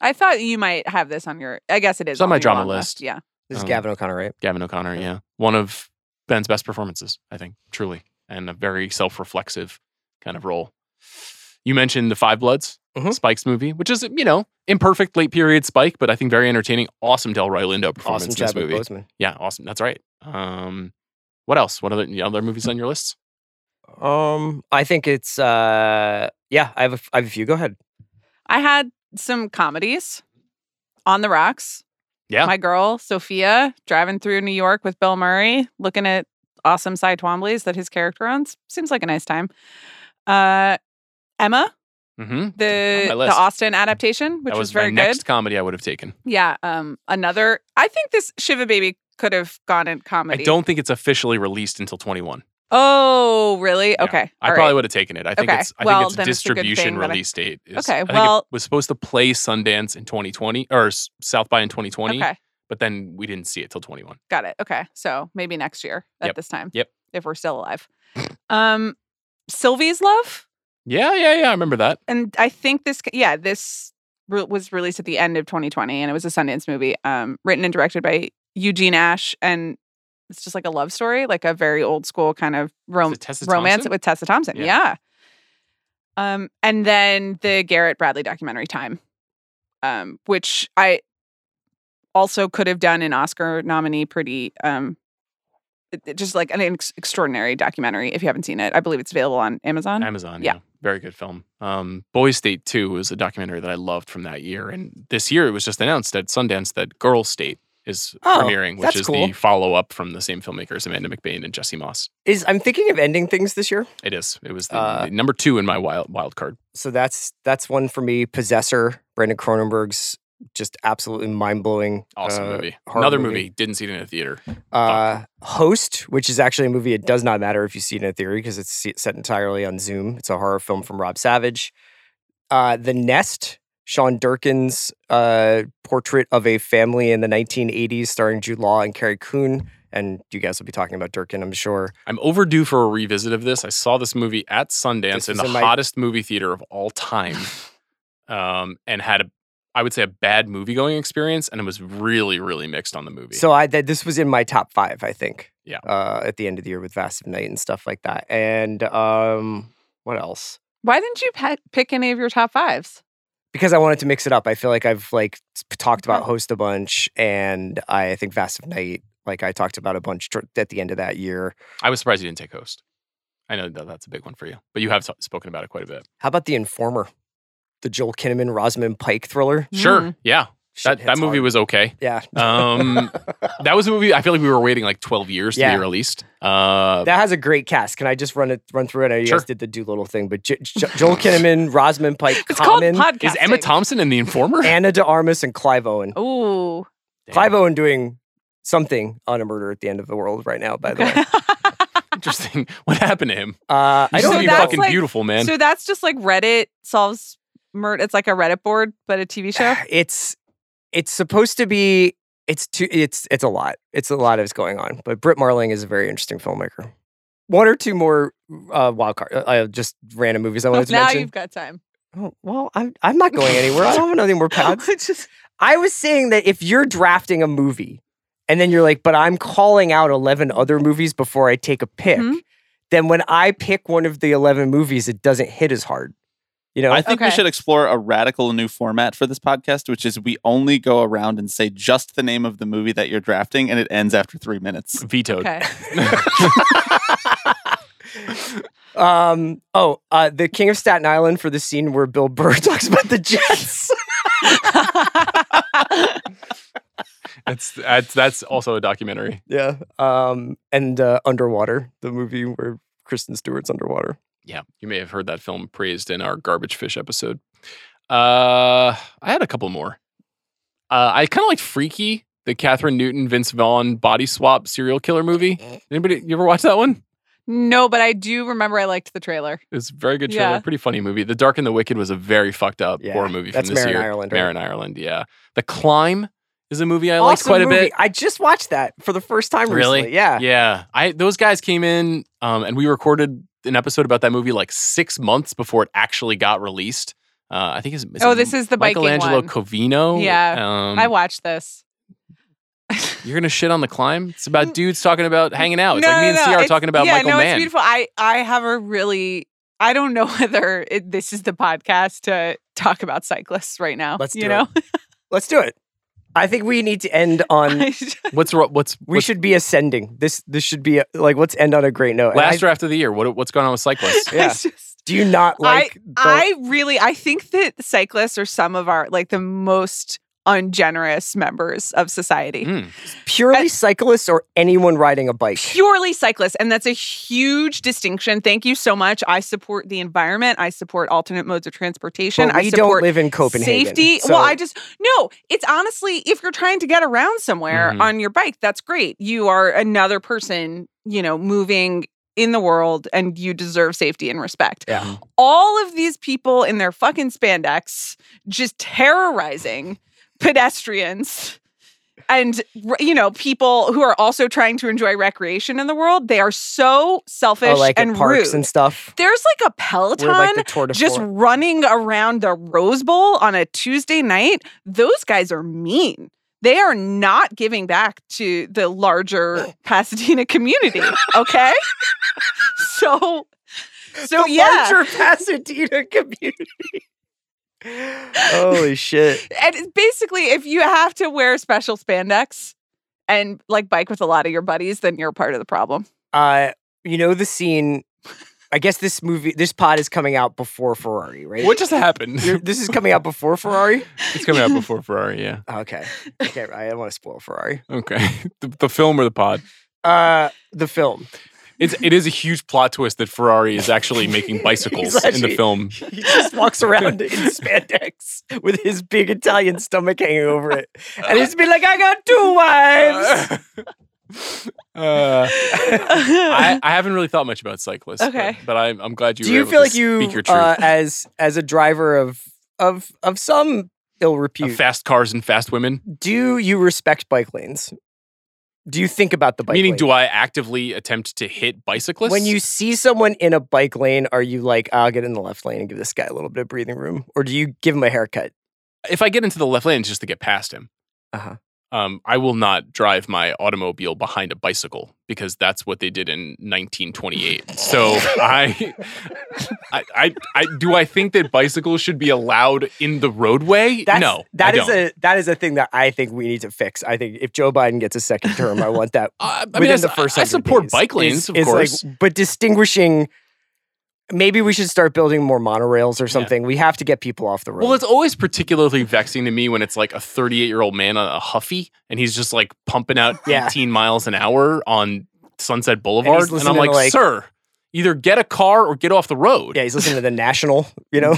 I thought you might have this on your. I guess it is.
It's on my
your
drama
long
list.
Yeah.
This is
Um,
Gavin O'Connor, right?
gavin o'connor yeah one of ben's best performances i think truly and a very self-reflexive kind of role you mentioned the five bloods
Mm-hmm.
Mhm.
Spike's movie, which is you know imperfect late period Spike, but I think very entertaining. Awesome Delroy Lindo performance
Awesome
in this
Chadwick
movie.
Boseman.
Yeah, awesome. That's right. Um, what else? What other any other movies on your list?
Um, I think it's uh, yeah. I have a, f- I have a few. Go ahead.
I had some comedies on the rocks.
Yeah.
My girl, Sophia, driving through New York with Bill Murray, looking at awesome Cy Twombly's that his character owns. Seems like a nice time. Uh, Emma,
Mm-hmm.
the,
my
the
list.
Austin adaptation, which
that
was,
was,
very
my
good.
next comedy I would have taken.
Yeah. Um, another, I think this Shiva Baby could have gone in comedy.
I don't think it's officially released until 21.
Oh, really?
Yeah.
Okay.
I
All
probably
right.
would have taken it. I think
Okay.
it's I
Well,
think
then
its
it's a good
distribution
thing that I-
release date is
Okay,
I think it
well-
was supposed to play Sundance in 2020 or S- South by in 2020,
Okay.
but then we didn't see it till 21.
Got it. Okay. So maybe next year at
Yep.
this time.
Yep.
If we're still alive. um, Sylvie's Love.
Yeah, yeah, yeah. I remember that.
and I think this, yeah, this re- was released at the end of 2020, and it was a Sundance movie, um, written and directed by Eugene Ash, and it's just like a love story, like a very old school kind of rom-
Is it Tessa
romance
Thompson?
with Tessa Thompson.
Yeah.
Yeah. Um, and then the Garrett Bradley documentary Time, um, which I also could have done an Oscar nominee, pretty um, it- it- just like an ex- extraordinary documentary. If you haven't seen it, I believe it's available on Amazon.
Amazon. Yeah.
Yeah.
Very good film. Um, Boys State 2 was a documentary that I loved from that year. And this year it was just announced at Sundance that Girl State is
Oh,
premiering, which
that's
is the
cool.
follow up from the same filmmakers, Amanda McBain and Jesse Moss.
Is I'm thinking of ending things this year.
It is. It was the,
Uh,
the number two in my wild, wild card.
So that's that's one for me. Possessor, Brandon Cronenberg's just absolutely mind blowing.
Awesome
Uh,
movie.
horror
Another movie.
movie.
Didn't see it in a theater.
Uh, Host, which is actually a movie. It does not matter if you see it in a theory because it's se- set entirely on Zoom. It's a horror film from Rob Savage. Uh, the Nest, Sean Durkin's uh, portrait of a family in the 1980s, starring Jude Law and Carrie Coon. And you guys will be talking about Durkin, I'm sure.
I'm overdue for a revisit of this. I saw this movie at Sundance
This
in
was
the
in my-
hottest movie theater of all time, um, and had a, I would say, a bad movie going experience, and it was really, really mixed on the movie.
So I that this was in my top five, I think.
Yeah.
Uh, at the end of the year with Vast of Night and stuff like that. And um, what else?
Why didn't you pe- pick any of your top fives?
because I wanted to mix it up. I feel like I've like sp- talked about
Okay.
host a bunch, and I think Vast of Night. Like I talked about a bunch tr- at the end of that year.
I was surprised you didn't take host. I know that that's a big one for you, but you have t- spoken about it quite a bit.
How about the Informer, the Joel Kinnaman Rosamund Pike thriller?
Sure,
Mm.
yeah,
Shit
that
hits
that movie
hard.
was okay.
yeah.
Um, that was a movie. I feel like we were waiting like twelve years to
Yeah.
be released. Uh,
That has a great cast. Can I just run it run through it? I know you
Sure.
guys did the Doolittle thing, but J- J- Joel Kinnaman, Rosamund Pike,
It's
Common,
called podcasting.
is Emma Thompson in The Informer?
Anna De Armas, and Clive Owen.
Ooh.
Damn,
Clive Owen oh doing something on a murder at the end of the world right now. By the way,
Interesting. What happened to him?
uh, I
I
don't
So
don't
know.
be
that's
fucking
like-
beautiful, man.
so that's just like Reddit solves murder. It's like a Reddit board, but a TV show.
It's it's supposed to be it's too it's it's a lot. It's a lot is going on. But Britt Marling is a very interesting filmmaker. One or two more uh, wild card, uh, uh, just random movies I wanted to
now
mention.
you've got time.
Oh, well, I'm I'm not going anywhere. I don't have any more pounds.
Just-
I was saying that if you're drafting a movie and then you're like, but I'm calling out 11 other movies before I take a pick,
Hmm?
then when I pick one of the 11 movies, it doesn't hit as hard. You know?
I think we
Okay.
should explore a radical new format for this podcast, which is we only go around and say just the name of the movie that you're drafting, and it ends after three minutes.
Vetoed.
okay.
um, oh, uh, the King of Staten Island for the scene where Bill Burr talks about the Jets.
That's, that's that's also a documentary.
yeah. Um, and uh, Underwater, the movie where Kristen Stewart's underwater.
Yeah, you may have heard that film praised in our garbage fish episode. Uh, I had a couple more. Uh, I kind of liked Freaky, the Catherine Newton Vince Vaughn body swap serial killer movie.
Eh.
Anybody you ever watch that one?
no, but I do remember I liked the trailer.
It's a very good trailer,
Yeah.
pretty funny movie. The Dark and the Wicked was a very fucked up
Yeah,
horror movie from
that's
this
Mare in
year.
Ireland, right?
Mare in Ireland, yeah. The Climb is a movie I liked
awesome
quite
movie.
a bit.
I just watched that for the first time
Really?
recently. Yeah.
Yeah, I those guys came in, um, and we recorded an episode about that movie like six months before it actually got released. Uh, I think it's, it's
Oh, this is the biking
Michelangelo
one.
Covino.
Yeah,
um,
I watched this.
you're gonna shit on the climb. It's about dudes talking about hanging out. It's
Mm. no,
like me
no,
and Sierra
no. It's-
talking about
yeah,
Michael
no,
Mann.
it's beautiful. I I have a really I don't know whether it, this is the podcast to talk about cyclists right now.
Let's
you
do
know.
Let's do it. I think we need to end
Um,
on.
What's ro- what's
We
what's
should be ascending. This this should be a, like let's end on a great note. And I-
last draft of the year? What what's going on with cyclists?
Yeah.
It's just-
do you not like? the-
I really I think that cyclists are some of our like the most ungenerous members of society.
Mm.
purely cyclists or anyone riding a bike?
Purely cyclists, and that's a huge distinction. Thank you so much. I support the environment. I support alternate modes of transportation.
But
I
we don't
support
live in Copenhagen.
Safety.
so-
Well, I just no. It's honestly, if you're trying to get around somewhere
Mm-hmm.
Mhm.
on your bike, that's great. You are another person, you know, moving in the world, and you deserve safety and respect.
Yeah.
All of these people in their fucking spandex just terrorizing pedestrians. And you know, people who are also trying to enjoy recreation in the world, they are so selfish
or Oh, like
and
at parks
rude.
and stuff.
There's like a peloton
We're like the Tour de
just
Force.
running around the Rose Bowl on a Tuesday night, those guys are mean. They are not giving back to the larger Pasadena community. Okay. so, so
the
yeah.
larger Pasadena community. Holy shit!
and it's basically, if you have to wear special spandex and like bike with a lot of your buddies, then you're part of the problem.
Uh, you know the scene. I guess this movie, this pod is coming out before Ferrari, right?
What just happened?
You're, this is coming out before Ferrari. Oh,
it's coming out before Ferrari. Yeah.
Okay, okay, I don't want to spoil Ferrari.
Okay. The, the film or the pod?
Uh, the film.
It's it is a huge plot twist that Ferrari is actually making bicycles
He's
in the
actually-
film.
He just walks around in spandex with his big Italian stomach hanging over it, and he's been like, "I got two wives."
Uh, I, I haven't really thought much about cyclists. but-
Okay.
But, I'm, I'm glad you.
Do
were
you
able
feel
to
like you,
speak your truth?
uh, as as a driver of of of some ill
Of
repute,
fast cars and fast women.
do you respect bike lanes? Do you think about the bike?
Meaning,
lane?
do I actively attempt to hit bicyclists?
When you see someone in a bike lane, are you like, I'll get in the left lane and give this guy a little bit of breathing room? Or do you give him a haircut?
if I get into the left lane, it's just to get past him.
Uh-huh.
Um, I will not drive my automobile behind a bicycle because that's what they did in 1928. So I, I, I, I, do I think that bicycles should be allowed in the roadway?
That's,
no,
that
I
is
don't.
a that is a thing that I think we need to fix. I think if Joe Biden gets a second term, I want that
I- I mean,
within
I-
the first.
I
100
support
days
bike lanes,
is-
of
is like-
course.
but distinguishing. Maybe we should start building more monorails or something. We have to get people off the road.
Well, it's always particularly vexing to me when it's like a 38 year old man on a huffy and he's just like pumping out
Yeah.
18 miles an hour on Sunset Boulevard. And,
listening
I'm
to,
like,
like-
sir, either get a car or get off the road.
yeah, he's listening to the National. You know,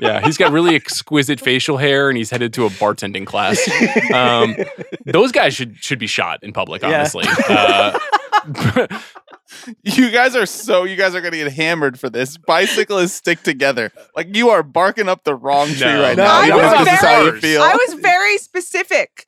Yeah, he's got really exquisite facial hair and he's headed to a bartending class. Um, those guys should should be shot in public,
Yeah.
honestly. Uh,
You guys are so you guys are gonna get hammered for this. Bicyclists stick together. Like you are barking up the wrong tree
No.
right
No,
now.
I
You
was
know this is how
very-
you feel.
I was very specific.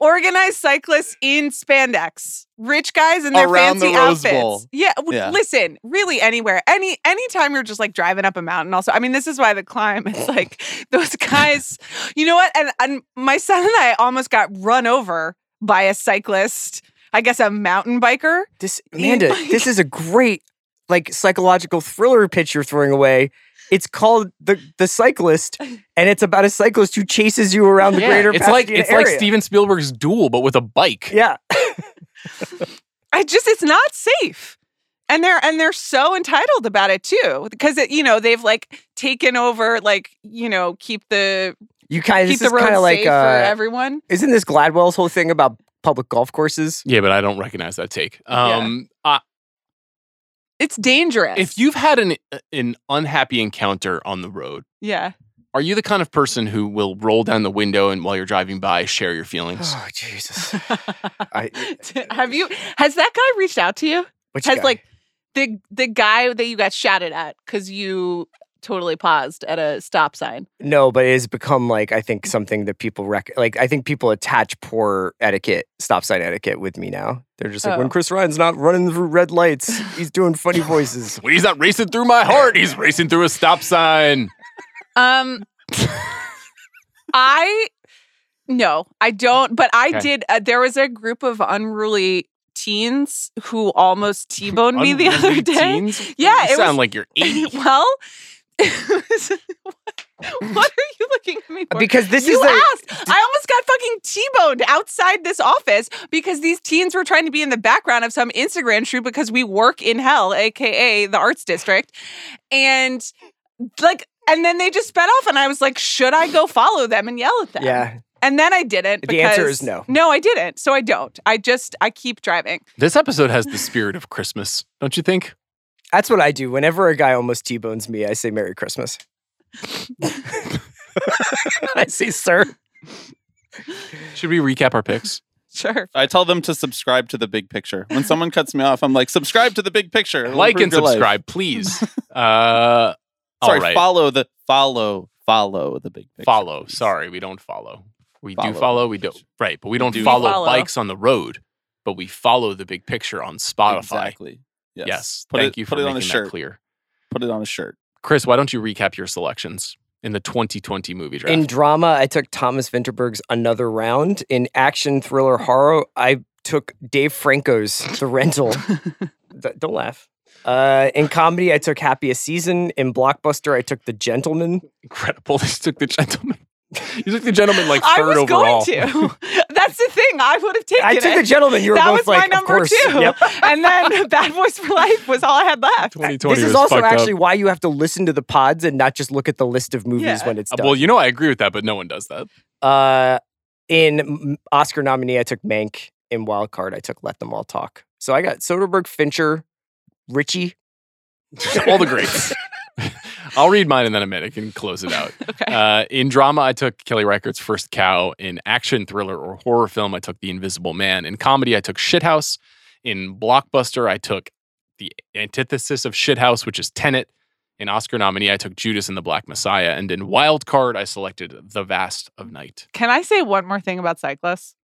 Organized cyclists in spandex, rich guys in their
Around the
fancy
Rose
outfits.
Bowl.
Yeah, w-
Yeah.
Listen, really, anywhere, any anytime you're just like driving up a mountain. Also, I mean, this is why the climb is like those guys. You know what? And and my son and I almost got run over by a cyclist. I guess a mountain biker.
This
Yeah,
Amanda,
like-
this is a great like psychological thriller pitch you're throwing away. It's called the the cyclist, and it's about a cyclist who chases you around the
Yeah,
greater.
it's like
Pasadena
it's like
area.
Steven Spielberg's Duel, but with a bike.
Yeah,
I just it's not safe. And they're and they're so entitled about it too because it, you know they've like taken over like you know keep the
you kind of
keep
this
the
is
road
kind
safe
of like
for
uh,
everyone.
isn't this Gladwell's whole thing about public golf courses?
Yeah, but I don't recognize that take.
Yeah.
Um, I-
It's dangerous.
if you've had an uh, an unhappy encounter on the road,
yeah
are you the kind of person who will roll down the window and while you're driving by share your feelings?
Oh Jesus! I-
have you has that guy reached out to you?
Which
Has
guy?
like the the guy that you got shouted at because you totally paused at a stop sign.
no, but it has become like I think something that people rec- like. I think people attach poor etiquette, stop sign etiquette, with me now. They're just like
Oh.
when Chris Ryan's not running through red lights, he's doing funny voices.
Well, he's not racing through my heart. He's racing through a stop sign.
Um, I no, I don't. But I
Okay.
did. Uh, there was a group of unruly teens who almost t-boned me the other
Unruly
day.
teens?
Yeah,
you
it
sound
was-
like you're 80.
well, it was- what, what are you looking at me for?
Because this
you
is the,
asked. I almost got fucking T-boned outside this office because these teens were trying to be in the background of some Instagram shoot because we work in hell, aka the arts district. And like and then they just sped off and I was like, should I go follow them and yell at them?
yeah.
And then I didn't.
The answer is
because-
no.
No, I didn't. So I don't. I just I keep driving.
This episode has the spirit of Christmas, don't you think?
That's what I do. Whenever a guy almost T-bones me, I say Merry Christmas. I say, sir.
Should we recap our picks?
Sure.
I tell them to subscribe to the big picture. When someone cuts me off, I'm like, subscribe to the big picture. It'll
like and
improve your life."
subscribe, please. Uh, all
Sorry,
right.
follow the follow follow the big picture.
follow.
please.
Sorry, we don't follow. We
Follow.
do follow. We don't. Right, but we don't
do
follow,
follow.
bikes on the road. But we follow the big picture on Spotify.
Exactly. Yes.
Yes.
Put
Thank
it,
you for
put it
making
on a
that
shirt.
clear.
Put it on a shirt.
Chris, why don't you recap your selections in the 2020 movie draft?
In drama, I took Thomas Vinterberg's Another Round. In action, thriller, horror, I took Dave Franco's The Rental. Th- Don't laugh. Uh, in comedy, I took Happiest Season. In blockbuster, I took The Gentleman.
Incredible. This took the gentleman. You took the gentleman like
I
third
was
overall.
going to. That's the thing. I would have taken
I
it.
took The Gentleman. You were
that was
both like,
my
of
number
course.
two.
Yep.
And then Bad Boys for Life was all I had left.
2020
This is
was
also
fucked up.
actually why you have to listen to the pods and not just look at the list of movies
Yeah.
when it's
Uh,
done.
Well, you know I agree with that, but no one does that.
Uh, in m- Oscar nominee, I took Mank. In Wild Card, I took Let Them All Talk. So I got Soderbergh, Fincher, Richie.
All the greats. I'll read mine and then a minute and close it out.
Okay.
Uh, in drama, I took Kelly Reichert's First Cow. In action, thriller, or horror film, I took The Invisible Man. In comedy, I took Shithouse. In blockbuster, I took the antithesis of Shithouse, which is Tenet. In Oscar nominee, I took Judas and the Black Messiah. And in wild card, I selected The Vast of Night,
Can I say one more thing about cyclists?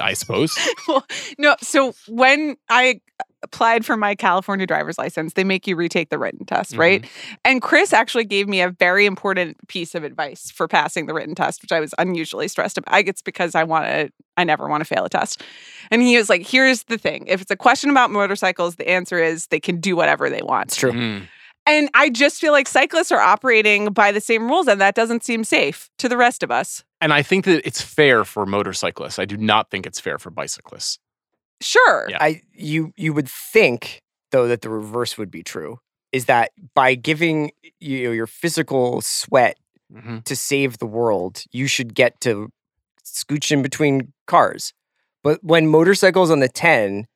I suppose.
well, no. So when I applied for my California driver's license, they make you retake the written test, right? And Chris actually gave me a very important piece of advice for passing the written test, which I was unusually stressed about. I it's because I want to I never want to fail a test. And he was like, here's the thing. If it's a question about motorcycles, the answer is they can do whatever they want.
It's true.
Mm.
And I just feel like cyclists are operating by the same rules, and that doesn't seem safe to the rest of us.
And I think that it's fair for motorcyclists. I do not think it's fair for bicyclists.
Sure.
Yeah.
I you you would think though that the reverse would be true. Is that by giving you know, your physical sweat
Mhm.
to save the world, you should get to scooch in between cars. But when motorcycles on the 10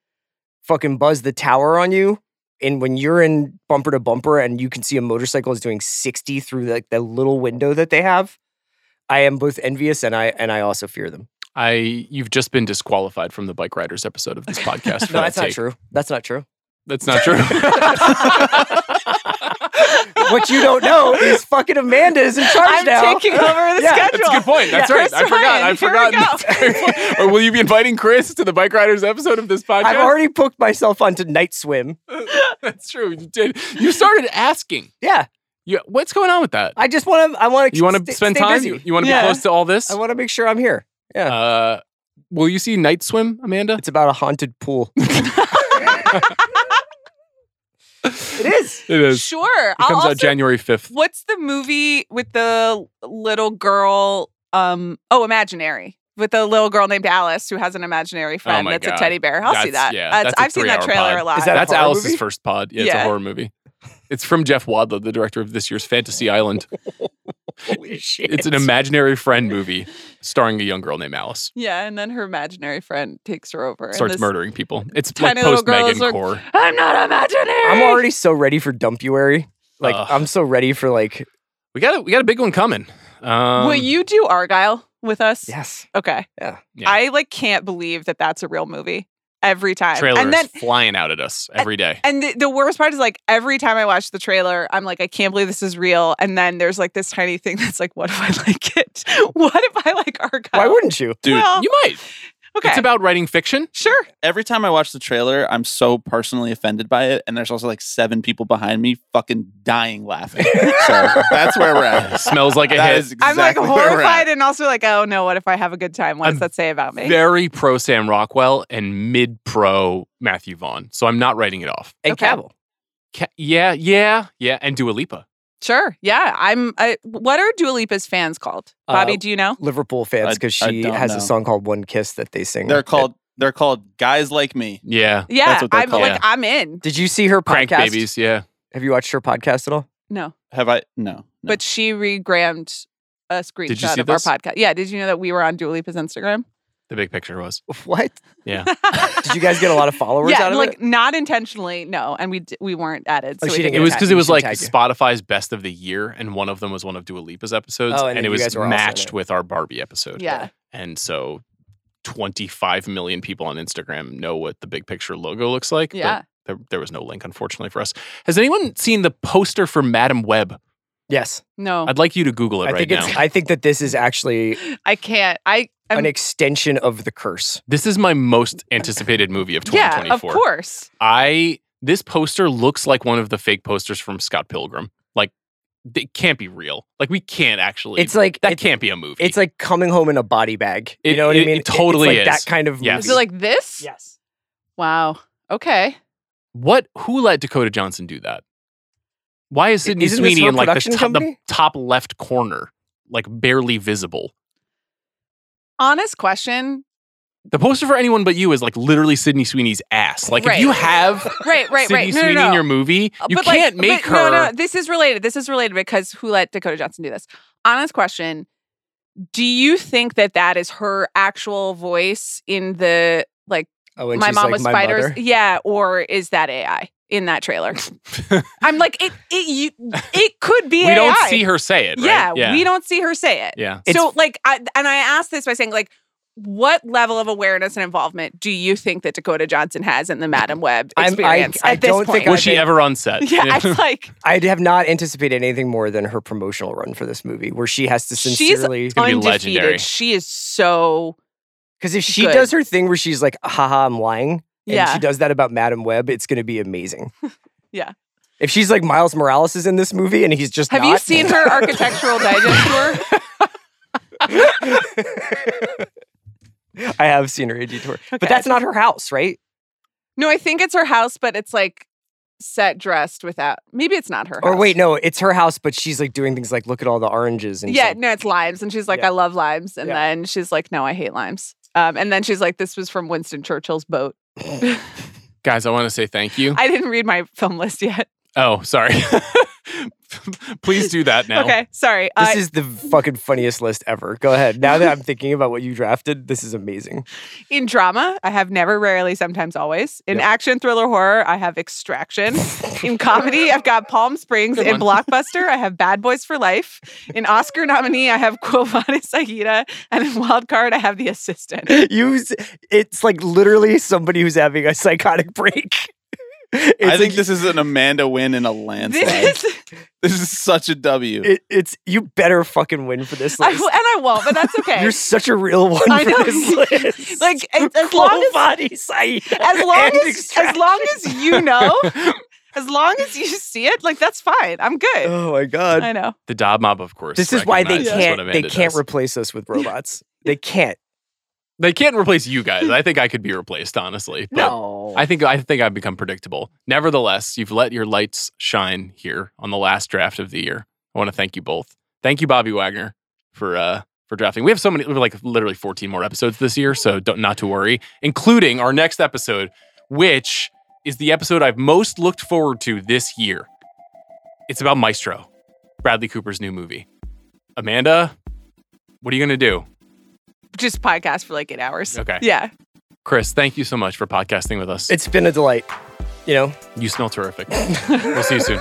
fucking buzz the tower on you, and when you're in bumper to bumper and you can see a motorcycle is doing 60 through like the little window that they have, I am both envious and I and I also fear them.
I you've just been disqualified from the bike riders episode of this podcast. for
No,
that
that's not
take.
true. That's not true.
That's not true.
what you don't know is fucking Amanda is in charge
I'm
now.
taking over the
Yeah.
schedule.
That's a good point. That's
Yeah.
right. I
Chris
forgot. I
Ryan, here we
forgot.
go.
or will you be inviting Chris to the Bike Riders episode of this podcast?
I've already booked myself onto night swim.
That's true. You did. You started asking.
Yeah,
You, what's going on with that?
I just want to. I want to.
You want to spend time? You, want to
Yeah.
be close to all this?
I want to make sure I'm here. Yeah,
Uh, will you see Night Swim, Amanda?
it's about a haunted pool. it is.
It is.
Sure.
It
I'll
comes
also
out January 5th.
What's the movie with the little girl? Um, oh, Imaginary. With the little girl named Alice who has an imaginary friend
Oh my
that's
God.
a teddy bear. I'll see
That's-
that.
yeah,
That's-
that's a
I've seen that
three-hour
trailer
pod.
a lot.
Is that a
That's
horror
Alice's
movie?
first pod. Yeah, it's a
Yeah.
horror movie. It's from Jeff Wadlow, the director of this year's Fantasy Island.
Holy shit!
It's an imaginary friend movie starring a young girl named Alice.
Yeah, and then her imaginary friend takes her over. and
Starts
this-
murdering people. It's like
tiny little
post
girl
Megan
is like-
Core.
I'm not imaginary.
I'm already so ready for Dumpuary. Like
Ugh.
I'm so ready for like
We got a, we got a big one coming. Um,
Will you do Argyle with us?
yes.
Okay.
Yeah.
Yeah.
I like can't believe that that's a real movie every time.
Trailer
and then
is flying out at us every day.
and the, the worst part is like every time I watch the trailer, I'm like, I can't believe this is real. And then there's like this tiny thing that's like, what if I like it? What if I like Argyle?
Why wouldn't you?
Dude,
Well,
You might.
Oh, okay.
It's about writing fiction.
sure.
every time I watch the trailer, I'm so personally offended by it, and there's also like seven people behind me fucking dying laughing. so that's where we're at.
Smells like a
That
hit.
is exactly
I'm
where
like
we're
horrified
at.
and also like, oh no, what if I have a good time? What
I'm
does that say about me?
Very pro Sam Rockwell and mid pro Matthew Vaughn. So I'm not writing it off.
And
Okay.
Cavill.
Ca- yeah, yeah, yeah. And Dua Lipa.
sure. Yeah. I'm I, what are Dua Lipa's fans called?
Uh,
Bobby, do you know?
Liverpool fans because
I- I
she
don't
has
know.
a song called One Kiss that they sing.
They're called they're called guys like me.
Yeah.
Yeah.
that's what they're
I'm
called.
like,
Yeah.
I'm in.
Did you see her
Crank
podcast?
babies. Yeah.
Have you watched her podcast at all?
No.
Have I? No. no.
but she regrammed a
you
screenshot
see
of our
this?
podcast. Yeah, did you know that we were on Dua Lipa's Instagram?
The big picture was.
What?
Yeah.
Did you guys get a lot of followers
yeah,
out of
like
it?
not intentionally, no, and we d- we weren't added.
Oh,
So we
she didn't
It
Yeah,
was
tag-
because it
you
was
should
like
tag you.
Spotify's best of the year, and one of them was one of Dua Lipa's episodes,
Oh,
and,
and then
it
you
was
guys were also in
matched
it.
with our Barbie episode.
Yeah.
And so 25 million people on Instagram know what the big picture logo looks like. but
Yeah.
There, there was no link, unfortunately, for us. Has anyone seen the poster for Madam Web?
Yes.
No,
I'd like you to Google it
I
right
think
now.
it's I think that this is actually
I can't. I I'm,
an extension of the curse.
this is my most anticipated movie of
yeah,
2024.
of course.
I this poster looks like one of the fake posters from Scott Pilgrim. Like it can't be real. Like we can't actually.
It's like
that
it-
can't be a movie.
It's like coming home in a body bag. You
It-
know what
it-
I mean?
it totally
it's like
is.
that kind of
Yes.
movie.
Is it like this?
yes.
Wow. Okay.
what? Who let Dakota Johnson do that? Why is Sydney
Isn't this
Sweeney
her
in like the,
production
to- the
company?
top left corner, like barely visible?
Honest question.
The poster for anyone but you is like literally Sydney Sweeney's ass. Like if
Right.
you have
Right, right,
Sydney
right. No,
Sweeney
no, no.
in your movie, you
But, like,
can't make
but
her.
No, no. This is related. This is related because who let Dakota Johnson do this? Honest question. Do you think that that is her actual voice in the like
Oh, and
my
she's
mom
like,
was
my
spiders.
mother.
Yeah, or is that AI in that trailer? I'm like, it it you, it could be
we
AI.
don't see her say it. Right?
Yeah,
yeah,
we don't see her say it.
yeah.
It's-
so like, I, and I asked this by saying like, what level of awareness and involvement do you think that Dakota Johnson has in the Madam Web
I'm- I-
experience
I
at this
don't
point?
think
Was she
think-
ever on set?
yeah, I was like,
I have not anticipated anything more than her promotional run for this movie, where she has to
She's
sincerely.
gonna be legendary.
undefeated. She is so
Because if she
good.
does her thing where she's like, haha, I'm lying, and
yeah.
she does that about Madam Web, it's going to be amazing.
Yeah.
If she's like Miles Morales is in this movie and he's just
Have you
not-
seen her Architectural Digest tour?
I have seen her in Detour,
Okay.
but that's not her house, right?
No, I think it's her house, but it's like set dressed without. Maybe it's not her.
Or
house.
wait, no, it's her house, but she's like doing things like, look at all the oranges and
yeah,
shit.
no, it's limes, and she's like,
Yeah.
I love limes, and
Yeah.
then she's like, No, I hate limes. Um, and then she's like, This was from Winston Churchill's boat.
Guys, I want to say thank you.
I didn't read my film list yet.
Oh, sorry. Please do that now.
Okay, sorry.
This
Uh,
is the fucking funniest list ever. Go ahead. Now that I'm thinking about what you drafted, this is amazing.
in drama, I have never, rarely, sometimes, always. In action, thriller, horror, I have Extraction. in comedy, I've got Palm Springs.
Good
in
one.
blockbuster, I have Bad Boys for Life. In Oscar nominee, I have Quo Vadis Aida, and in wild card, I have The Assistant.
You, s- it's like literally somebody who's having a psychotic break.
I think this is an Amanda win in a landslide.
This
This is,
is,
such a W.
It, it's you better fucking win for this
I,
list.
and I won't, but that's okay.
You're such a real one
I
for
know.
this list.
Like, as- as
Full
long as-
body sight.
as long
and
as as long
extraction.
as you know, as long as you see it, like that's fine. I'm good.
Oh my god.
I know.
The Dob Mob, of course.
This is why they
recognizes what
can't they
Amanda
can't
does.
replace us with robots. They can't.
they can't replace you guys. I think I could be replaced, honestly. But
No.
I think I think I've become predictable. Nevertheless, you've let your lights shine here on the last draft of the year. I want to thank you both. Thank you, Bobby Wagner, for uh for drafting. We have so many, we have like literally 14 more episodes this year, so don't not to worry, including our next episode, which is the episode I've most looked forward to this year. It's about Maestro, Bradley Cooper's new movie. Amanda, what are you gonna do?
Just podcast for like eight hours.
Okay.
Yeah.
Chris, thank you so much for podcasting with us.
It's been a delight. You know?
you smell terrific. we'll see you soon.